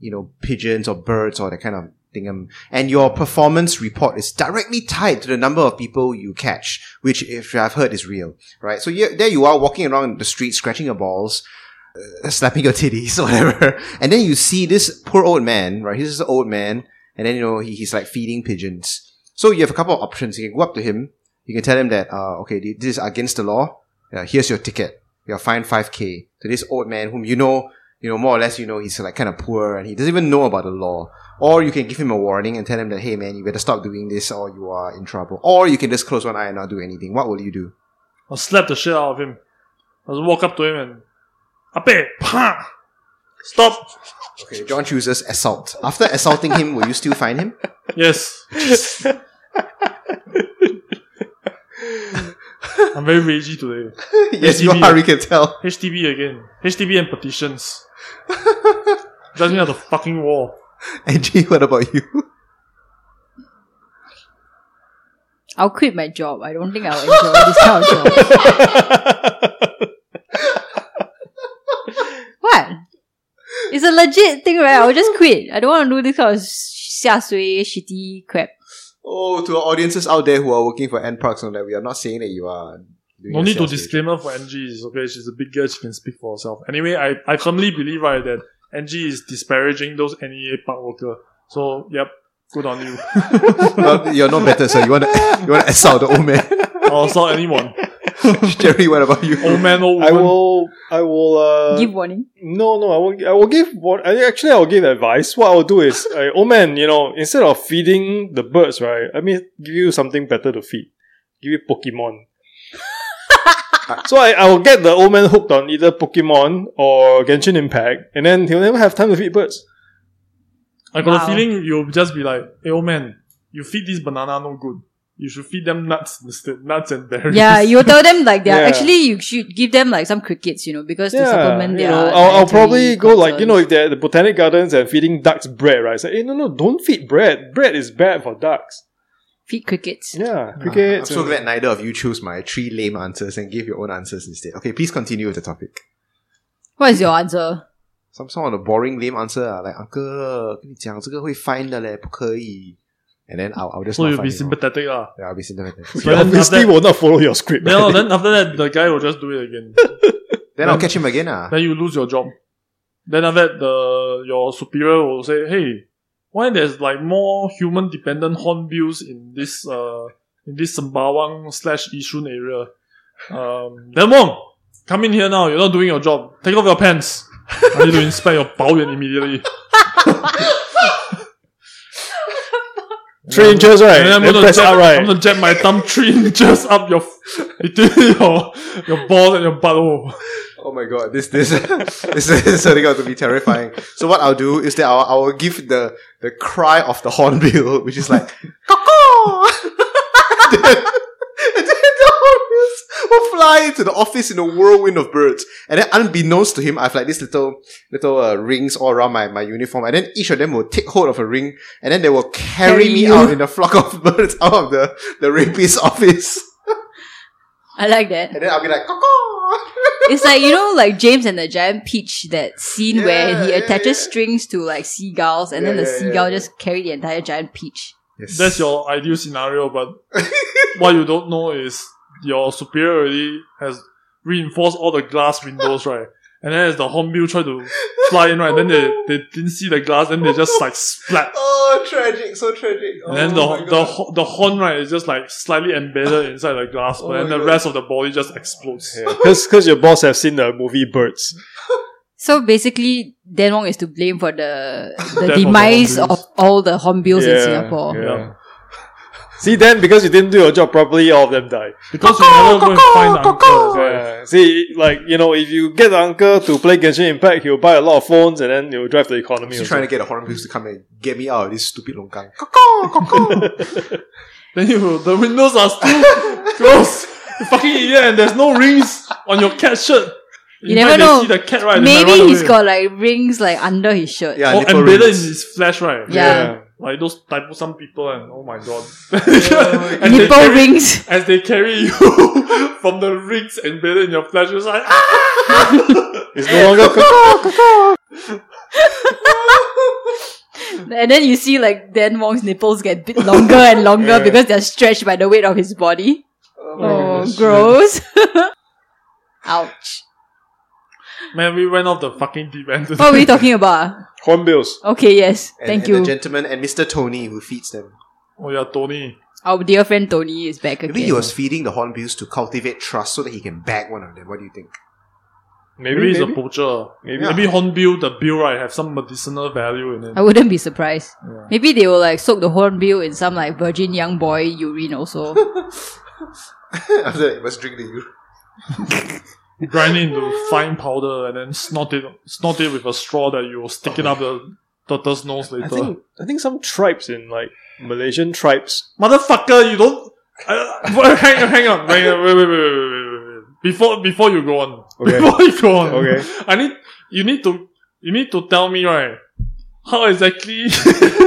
Speaker 1: you know, pigeons or birds or that kind of thing. Um, And your performance report is directly tied to the number of people you catch, which if I've heard is real, right? So you there you are walking around the street, scratching your balls, uh, slapping your titties, whatever. And then you see this poor old man, right? He's this old man and then you know he, he's like feeding pigeons. So you have a couple of options. You can go up to him. You can tell him that uh, okay, th- this is against the law. Uh, here's your ticket. You're fined five k to this old man whom you know, you know more or less. You know he's like kind of poor and he doesn't even know about the law. Or you can give him a warning and tell him that hey man, you better stop doing this or you are in trouble. Or you can just close one eye and not do anything. What will you do?
Speaker 2: I slapped the shit out of him. I just walk up to him and Ape, pa! Stop!
Speaker 1: Okay, John chooses assault. After assaulting him, will you still fine him?
Speaker 2: Yes. I'm very ragey today.
Speaker 1: yes, you are. We can tell.
Speaker 2: HDB again. HDB and petitions. Drives me out the fucking wall.
Speaker 1: Angie, what about you?
Speaker 3: I'll quit my job. I don't think I'll enjoy this kind of job. What? It's a legit thing, right? I'll just quit. I don't want to do this kind of xia sui, shitty crap.
Speaker 1: Oh, to our audiences out there who are working for NParks, on that we are not saying that you are. Doing
Speaker 2: No need to
Speaker 1: yourself good.
Speaker 2: disclaimer for Angie. It's okay. She's a big girl. She can speak for herself. Anyway, I, I firmly believe right that Angie is disparaging those NEA park worker. So, yep. Good on you.
Speaker 1: Well, you're not better, sir. You want to you want to assault the old man,
Speaker 2: I'll assault anyone.
Speaker 1: Jerry? What about you?
Speaker 2: Old man, old
Speaker 4: I
Speaker 2: woman.
Speaker 4: will. I will. Uh,
Speaker 3: Give warning.
Speaker 4: No, no, I will. I will give. What I- actually, I will give advice. What I will do is, uh, oh man, you know, instead of feeding the birds, right? I mean, give you something better to feed. Give you Pokemon. so I, I will get the old man hooked on either Pokemon or Genshin Impact, and then he'll never have time to feed birds.
Speaker 2: I got
Speaker 3: Wow.
Speaker 2: a feeling you'll just be like, hey, old man, you feed this banana no good. You should feed them nuts instead, nuts and berries.
Speaker 3: Yeah, you tell them like that.
Speaker 4: Yeah.
Speaker 3: Actually, you should give them like some crickets, you know, because to supplement
Speaker 4: you
Speaker 3: their.
Speaker 4: know, I'll, I'll
Speaker 3: dietary
Speaker 4: probably go like you know
Speaker 3: concerns.
Speaker 4: if they're at the botanic gardens and feeding ducks bread, right? Say, hey, no, no, don't feed bread. Bread is bad for ducks.
Speaker 3: feed crickets.
Speaker 4: Yeah,
Speaker 1: Ah, I'm
Speaker 4: crickets.
Speaker 1: so
Speaker 4: and-
Speaker 1: glad neither of you choose my three lame answers and give your own answers instead. Okay, please continue with the topic.
Speaker 3: What is your answer?
Speaker 1: Some sort of boring lame answer, ah, like uncle, 跟你讲这个会 fine 的嘞，不可以。And then I'll, I'll just
Speaker 2: So
Speaker 1: not
Speaker 2: you'll
Speaker 1: fine
Speaker 2: be
Speaker 1: you.
Speaker 2: sympathetic. ah. lah.
Speaker 1: Yeah, I'll be sympathetic.
Speaker 4: You obviously will not follow your script.
Speaker 2: Yeah, no, then after that, the guy will just do it again.
Speaker 1: then I'll catch him again, ah.
Speaker 2: then you lose your job. Then after that, the, your superior will say, hey, why there's like more human dependent hornbills in this uh in this Sembawang slash Yishun area? Um, then Wong, come in here now. You're not doing your job. Take off your pants. I need to inspect your 保远 immediately.
Speaker 4: Three inches, right?
Speaker 2: And then I'm
Speaker 4: Then
Speaker 2: gonna,
Speaker 4: press
Speaker 2: jab,
Speaker 4: out,
Speaker 2: I'm
Speaker 4: right?
Speaker 2: gonna jab my thumb three inches up your between your your balls and your butthole.
Speaker 1: Oh my god, this this this is turning out to be terrifying. So what I'll do is that I'll, I will give the the cry of the hornbill, which is like caw then, and then the hornbills will fly into the office in a whirlwind of birds. And then unbeknownst to him, I've like these little little uh, rings all around my, my uniform, and then each of them will take hold of a ring, and then they will carry,
Speaker 3: Carry
Speaker 1: me
Speaker 3: you.
Speaker 1: out in a flock of birds out of the the rapist's office,
Speaker 3: I like that.
Speaker 1: and then I'll be like caw.
Speaker 3: It's like you know, like James and the Giant Peach, that scene where he
Speaker 1: Yeah, yeah,
Speaker 3: attaches
Speaker 1: yeah.
Speaker 3: strings to like seagulls, and
Speaker 1: Yeah,
Speaker 3: then the
Speaker 1: yeah, yeah,
Speaker 3: seagull
Speaker 1: yeah.
Speaker 3: just carried the entire giant peach.
Speaker 2: That's your ideal scenario, but what you don't know is your superior already has reinforced all the glass windows, right? And then as the hornbill tried to fly in, right, then they, they didn't see the glass, then they just like splat.
Speaker 1: Oh, tragic, so tragic.
Speaker 2: And then
Speaker 1: Oh
Speaker 2: the
Speaker 1: my
Speaker 2: the
Speaker 1: God.
Speaker 2: ho- the horn right is just like slightly embedded inside the glass,
Speaker 1: Oh
Speaker 2: but then
Speaker 1: my
Speaker 2: the
Speaker 1: God.
Speaker 2: rest of the body just explodes.
Speaker 4: Because your boss have seen the movie Birds.
Speaker 3: So basically, Dan Wong is to blame for the
Speaker 2: Death
Speaker 3: the
Speaker 2: of the
Speaker 3: demise of,
Speaker 2: hornbills.
Speaker 3: all the hornbills in
Speaker 4: Yeah,
Speaker 3: Singapore.
Speaker 4: yeah. See, then because you didn't do your job properly, all of them die.
Speaker 2: Because you never go and find the uncle. right?
Speaker 4: Yeah. See, like you know, if you get the uncle to play Genshin Impact, he'll buy a lot of phones, and then he'll drive the economy.
Speaker 1: He's
Speaker 4: also.
Speaker 1: trying to get the hornbills to come and get me out of this stupid longkang.
Speaker 2: Then you the windows are still closed. You fucking idiot, and there's no rings on your cat shirt.
Speaker 3: You
Speaker 2: In fact, they
Speaker 3: never know.
Speaker 2: See the cat right, they might
Speaker 3: Maybe
Speaker 2: run
Speaker 3: he's
Speaker 2: away.
Speaker 3: got like rings like under his shirt.
Speaker 1: Yeah,
Speaker 2: or
Speaker 1: nipple
Speaker 2: embedded
Speaker 1: rings.
Speaker 2: in his flesh, right?
Speaker 3: Yeah.
Speaker 2: Like those type of some people, and oh my god,
Speaker 1: God.
Speaker 2: As they
Speaker 3: Nipple
Speaker 2: carry-
Speaker 3: rings.
Speaker 2: As they carry you from the rings embedded in your flesh, it's like ah!
Speaker 4: it's no longer.
Speaker 3: And then you see like Dan Wong's nipples get bit longer and longer
Speaker 4: Yeah.
Speaker 3: because they're stretched by the weight of his body. Oh,
Speaker 2: goodness.
Speaker 3: gross. Ouch.
Speaker 2: man, we went off the fucking deep end.
Speaker 3: What were we talking about?
Speaker 4: Hornbills.
Speaker 3: Okay, yes.
Speaker 1: And,
Speaker 3: Thank
Speaker 1: and
Speaker 3: you.
Speaker 1: the gentleman and Mr. Tony who feeds them.
Speaker 2: Oh yeah, Tony.
Speaker 3: Our dear friend Tony is back again.
Speaker 1: Maybe he was feeding the hornbills to cultivate trust so that he can bag one of them. What do you think?
Speaker 4: Maybe,
Speaker 2: Maybe,
Speaker 4: maybe,
Speaker 2: he's a
Speaker 4: maybe.
Speaker 2: poacher.
Speaker 4: maybe.
Speaker 2: Maybe hornbill, the bill right, have some medicinal value in it.
Speaker 3: I wouldn't be surprised.
Speaker 2: Yeah.
Speaker 3: Maybe they will like soak the hornbill in some like virgin young boy urine also.
Speaker 1: After that, he must drink the urine.
Speaker 2: grind it into fine powder and then snort it, snort it with a straw that you will stick it up the turtle's nose later.
Speaker 4: I think I think some tribes in like Malaysian tribes.
Speaker 2: Motherfucker, you don't. Uh, hang on, hang on, wait, wait, wait, wait, wait, wait, wait, wait. Before before you go on,
Speaker 4: Okay.
Speaker 2: before you go on,
Speaker 4: Okay.
Speaker 2: I need you need to you need to tell me right how exactly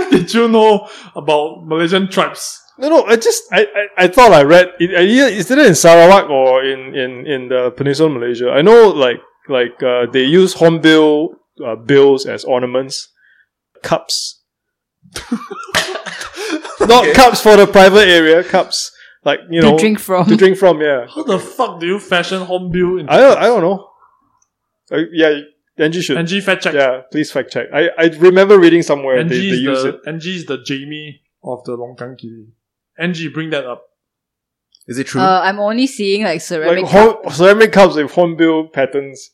Speaker 2: did you know about Malaysian tribes?
Speaker 4: No, no. I just I, I, I thought I read it. I- yeah, Is it in Sarawak or in in in the peninsula of Malaysia? I know like like uh, they use hornbill uh, bills as ornaments, cups. Not
Speaker 1: Okay.
Speaker 4: cups for the private area. Cups like you know
Speaker 3: to drink from.
Speaker 4: to drink from. Yeah,
Speaker 2: How the fuck do you fashion hornbill in?
Speaker 4: I don't, I don't know. Uh, yeah, Angie should.
Speaker 2: Angie fact check.
Speaker 4: Yeah, please fact check. I, I remember reading somewhere
Speaker 2: Angie
Speaker 4: they, they
Speaker 2: is
Speaker 4: use
Speaker 2: the
Speaker 4: it.
Speaker 2: Angie is the Jamie of the Longkang Kiri. Angie, bring that up.
Speaker 1: Is it true?
Speaker 3: Uh, I'm only seeing like ceramic.
Speaker 4: Like hor- ceramic cups with hornbill patterns.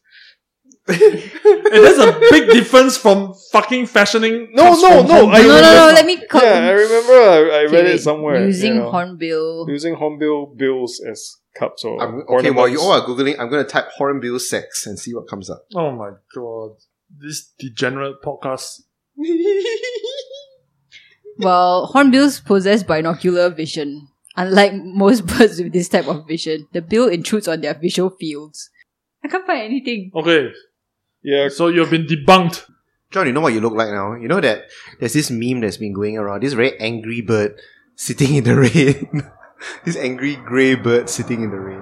Speaker 2: And that's a big difference from fucking fashioning.
Speaker 4: No,
Speaker 2: cups
Speaker 4: no,
Speaker 2: from
Speaker 4: no,
Speaker 2: home.
Speaker 4: I
Speaker 3: no, no, no,
Speaker 4: remember-
Speaker 3: Let me call.
Speaker 4: Yeah, I remember I, I
Speaker 3: Okay,
Speaker 4: read it
Speaker 3: wait.
Speaker 4: somewhere.
Speaker 3: Using
Speaker 4: you know.
Speaker 3: hornbill.
Speaker 4: using hornbill bills as cups or
Speaker 1: I'm, okay,
Speaker 4: ornaments.
Speaker 1: while you all are Googling, I'm going to type hornbill sex and see what comes up.
Speaker 2: Oh my god. This degenerate podcast.
Speaker 3: Well, hornbills possess binocular vision. Unlike most birds with this type of vision, the bill intrudes on their visual fields. I can't find anything.
Speaker 2: Okay,
Speaker 4: yeah,
Speaker 2: so you've been debunked.
Speaker 1: John, you know what you look like now? You know that there's this meme that's been going around, this very angry bird sitting in the rain. this angry grey bird sitting in the rain.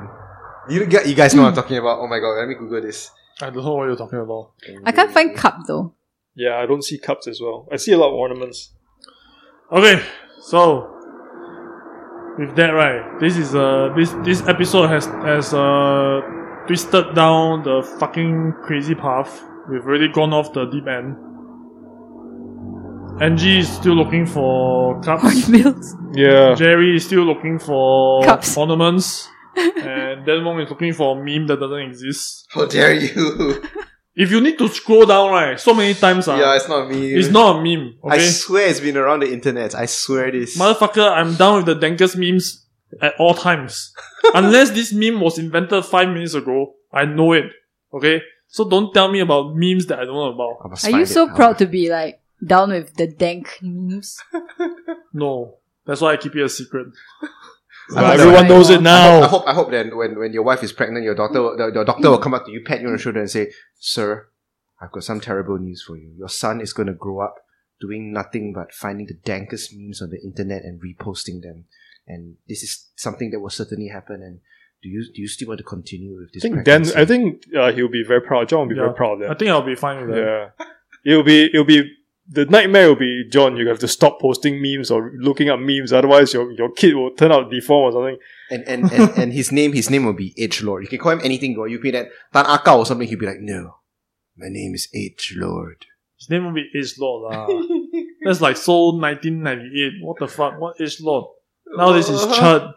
Speaker 1: You, gu- you guys know what I'm talking about. Oh my god, let me Google this.
Speaker 2: I don't know what you're talking about.
Speaker 3: I can't find cup though.
Speaker 4: yeah. I don't see cups as well. I see a lot of ornaments.
Speaker 2: Okay, so with that right, this is uh this this episode has has uh twisted down the fucking crazy path. We've already gone off the deep end. Angie is still looking for cups.
Speaker 3: Hornbills.
Speaker 1: Uh.
Speaker 4: Yeah,
Speaker 2: Jerry is still looking for
Speaker 3: Cups.
Speaker 2: ornaments. and Dan Wong is looking for a meme that doesn't exist.
Speaker 1: How dare you?
Speaker 2: If you need to scroll down, right, so many times, ah,
Speaker 1: Yeah, it's not me.
Speaker 2: it's not a meme.
Speaker 1: I
Speaker 2: Okay,
Speaker 1: swear it's been around the internet. I swear this.
Speaker 2: motherfucker, I'm down with the dankest memes at all times. Unless this meme was invented five minutes ago, I know it. Okay, so don't tell me about memes that I don't know about.
Speaker 1: I must
Speaker 3: Are
Speaker 1: find
Speaker 3: you
Speaker 1: it
Speaker 3: so
Speaker 1: now.
Speaker 3: proud to be like down with the dank memes?
Speaker 2: No, that's why I keep it a secret.
Speaker 1: I hope
Speaker 4: But
Speaker 1: that-
Speaker 4: everyone knows it
Speaker 1: I
Speaker 4: now.
Speaker 1: hope I hope that when, when your wife is pregnant, your doctor will- the, your doctor will come up to you, pat you on the shoulder, and say, "Sir, I've got some terrible news for you. Your son is going to grow up doing nothing but finding the dankest memes on the internet and reposting them, and this is something that will certainly happen. And do you do you still want to continue with
Speaker 4: I
Speaker 1: this?
Speaker 4: think Dan,
Speaker 1: pregnancy?
Speaker 4: I think uh, he'll be very proud. John will be
Speaker 2: Yeah.
Speaker 4: very proud
Speaker 2: I
Speaker 4: of that.
Speaker 2: think I'll be fine with that.
Speaker 4: Yeah, it'll be it'll be the nightmare will be John. You have to stop posting memes or looking up memes, otherwise your your kid will turn out deformed or something.
Speaker 1: and and, and and his name his name will be Edge Lord. You can call him anything. You want. You can be like Tan Akao or something. He'll be like, "No, my name is Edge Lord."
Speaker 2: His name will be Age Lord. lah. That's like so 1998. What the fuck? What Age Lord? Now this is Chud.
Speaker 1: Uh-huh.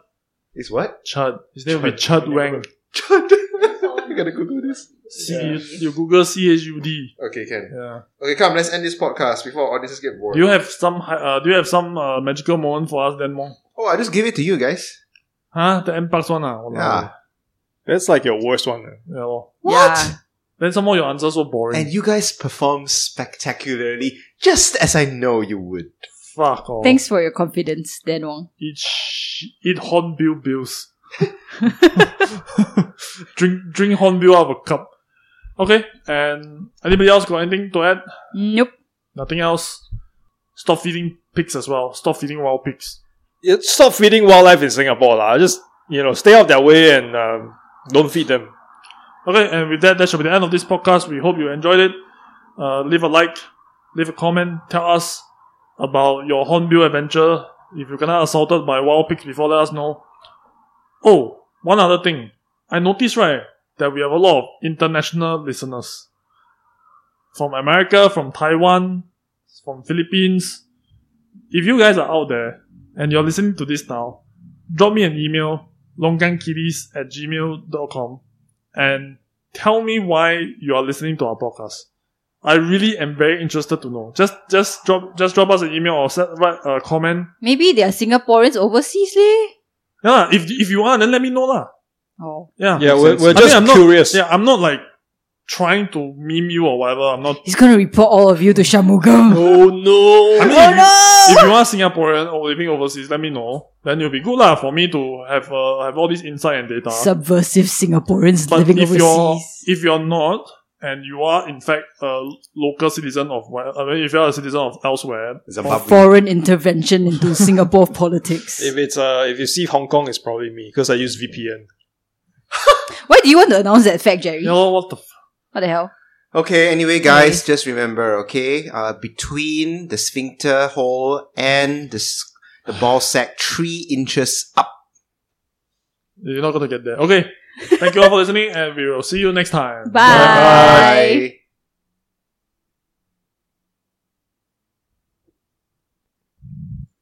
Speaker 1: Is what?
Speaker 2: Chud. His name will be Chud Wang.
Speaker 1: Chud. I gotta Google this.
Speaker 2: C-
Speaker 4: Yeah.
Speaker 2: you, you Google C H U D.
Speaker 1: Okay, can.
Speaker 2: Yeah.
Speaker 1: Okay, come. Let's end this podcast before our audiences get bored.
Speaker 2: Do you have some? hi- Uh, do you have some uh, magical moment for us, then, Mong?
Speaker 1: oh, I just give it to you guys.
Speaker 2: Huh? The M Parks one, ah. Walao.
Speaker 1: Yeah.
Speaker 4: That's like your worst one.
Speaker 2: Yeah. lor.
Speaker 1: What?
Speaker 3: Yeah.
Speaker 2: Then somehow your answer so boring.
Speaker 1: And you guys perform spectacularly, just as I know you would.
Speaker 2: Fuck off.
Speaker 3: Thanks for your confidence, Dan Wong.
Speaker 2: Eat sh- eat hornbill bills. drink drink hornbill out of a cup. Okay. And anybody else got anything to add?
Speaker 3: Nope.
Speaker 2: Nothing else. Stop feeding pigs as well. Stop feeding wild pigs.
Speaker 4: It, stop feeding wildlife in Singapore, lah. Just you know, stay out their way and um, don't feed them.
Speaker 2: Okay, and with that, that should be the end of this podcast. We hope you enjoyed it. Uh, leave a like, leave a comment, tell us about your hornbill adventure. If you got assaulted by wild pigs before, let us know. Oh, one other thing. I noticed, right, that we have a lot of international listeners. From America, from Taiwan, from Philippines. If you guys are out there and you're listening to this now, drop me an email, longankiddies at gmail.com and tell me why you are listening to our podcast. I really am very interested to know. Just just drop just drop us an email or set, write a comment.
Speaker 3: Maybe they are Singaporeans overseas, leh?
Speaker 2: Yeah, if if you are, then let me know lah.
Speaker 3: Oh.
Speaker 2: Yeah,
Speaker 4: Yeah, we're, we're
Speaker 2: I mean,
Speaker 4: just
Speaker 2: I'm not-
Speaker 4: curious.
Speaker 2: yeah. I'm not like trying to meme you or whatever. I'm not.
Speaker 3: He's gonna report all of you to Shamugam.
Speaker 4: Oh no!
Speaker 2: I mean,
Speaker 3: Oh
Speaker 2: if,
Speaker 3: no!
Speaker 2: you, if you are Singaporean or living overseas, let me know. Then it'll be good lah for me to have uh, have all this insight and data.
Speaker 3: Subversive Singaporeans
Speaker 2: but
Speaker 3: living
Speaker 2: if you're
Speaker 3: overseas.
Speaker 2: if you're not and you are in fact a local citizen of where- I mean, if you are a citizen of elsewhere,
Speaker 3: Or foreign intervention into Singapore politics.
Speaker 4: If it's uh, if you see Hong Kong, it's probably me because I use VPN.
Speaker 3: Why do you want to announce that fact, Jerry?
Speaker 2: you know what the
Speaker 3: What the hell?
Speaker 1: Okay, anyway, guys, just remember, okay, uh, between the sphincter hole and the, s- the ball sack, three inches up.
Speaker 2: You're not going to get there. Okay. Thank you all for listening, and we will see you next time.
Speaker 1: Bye.
Speaker 3: Bye.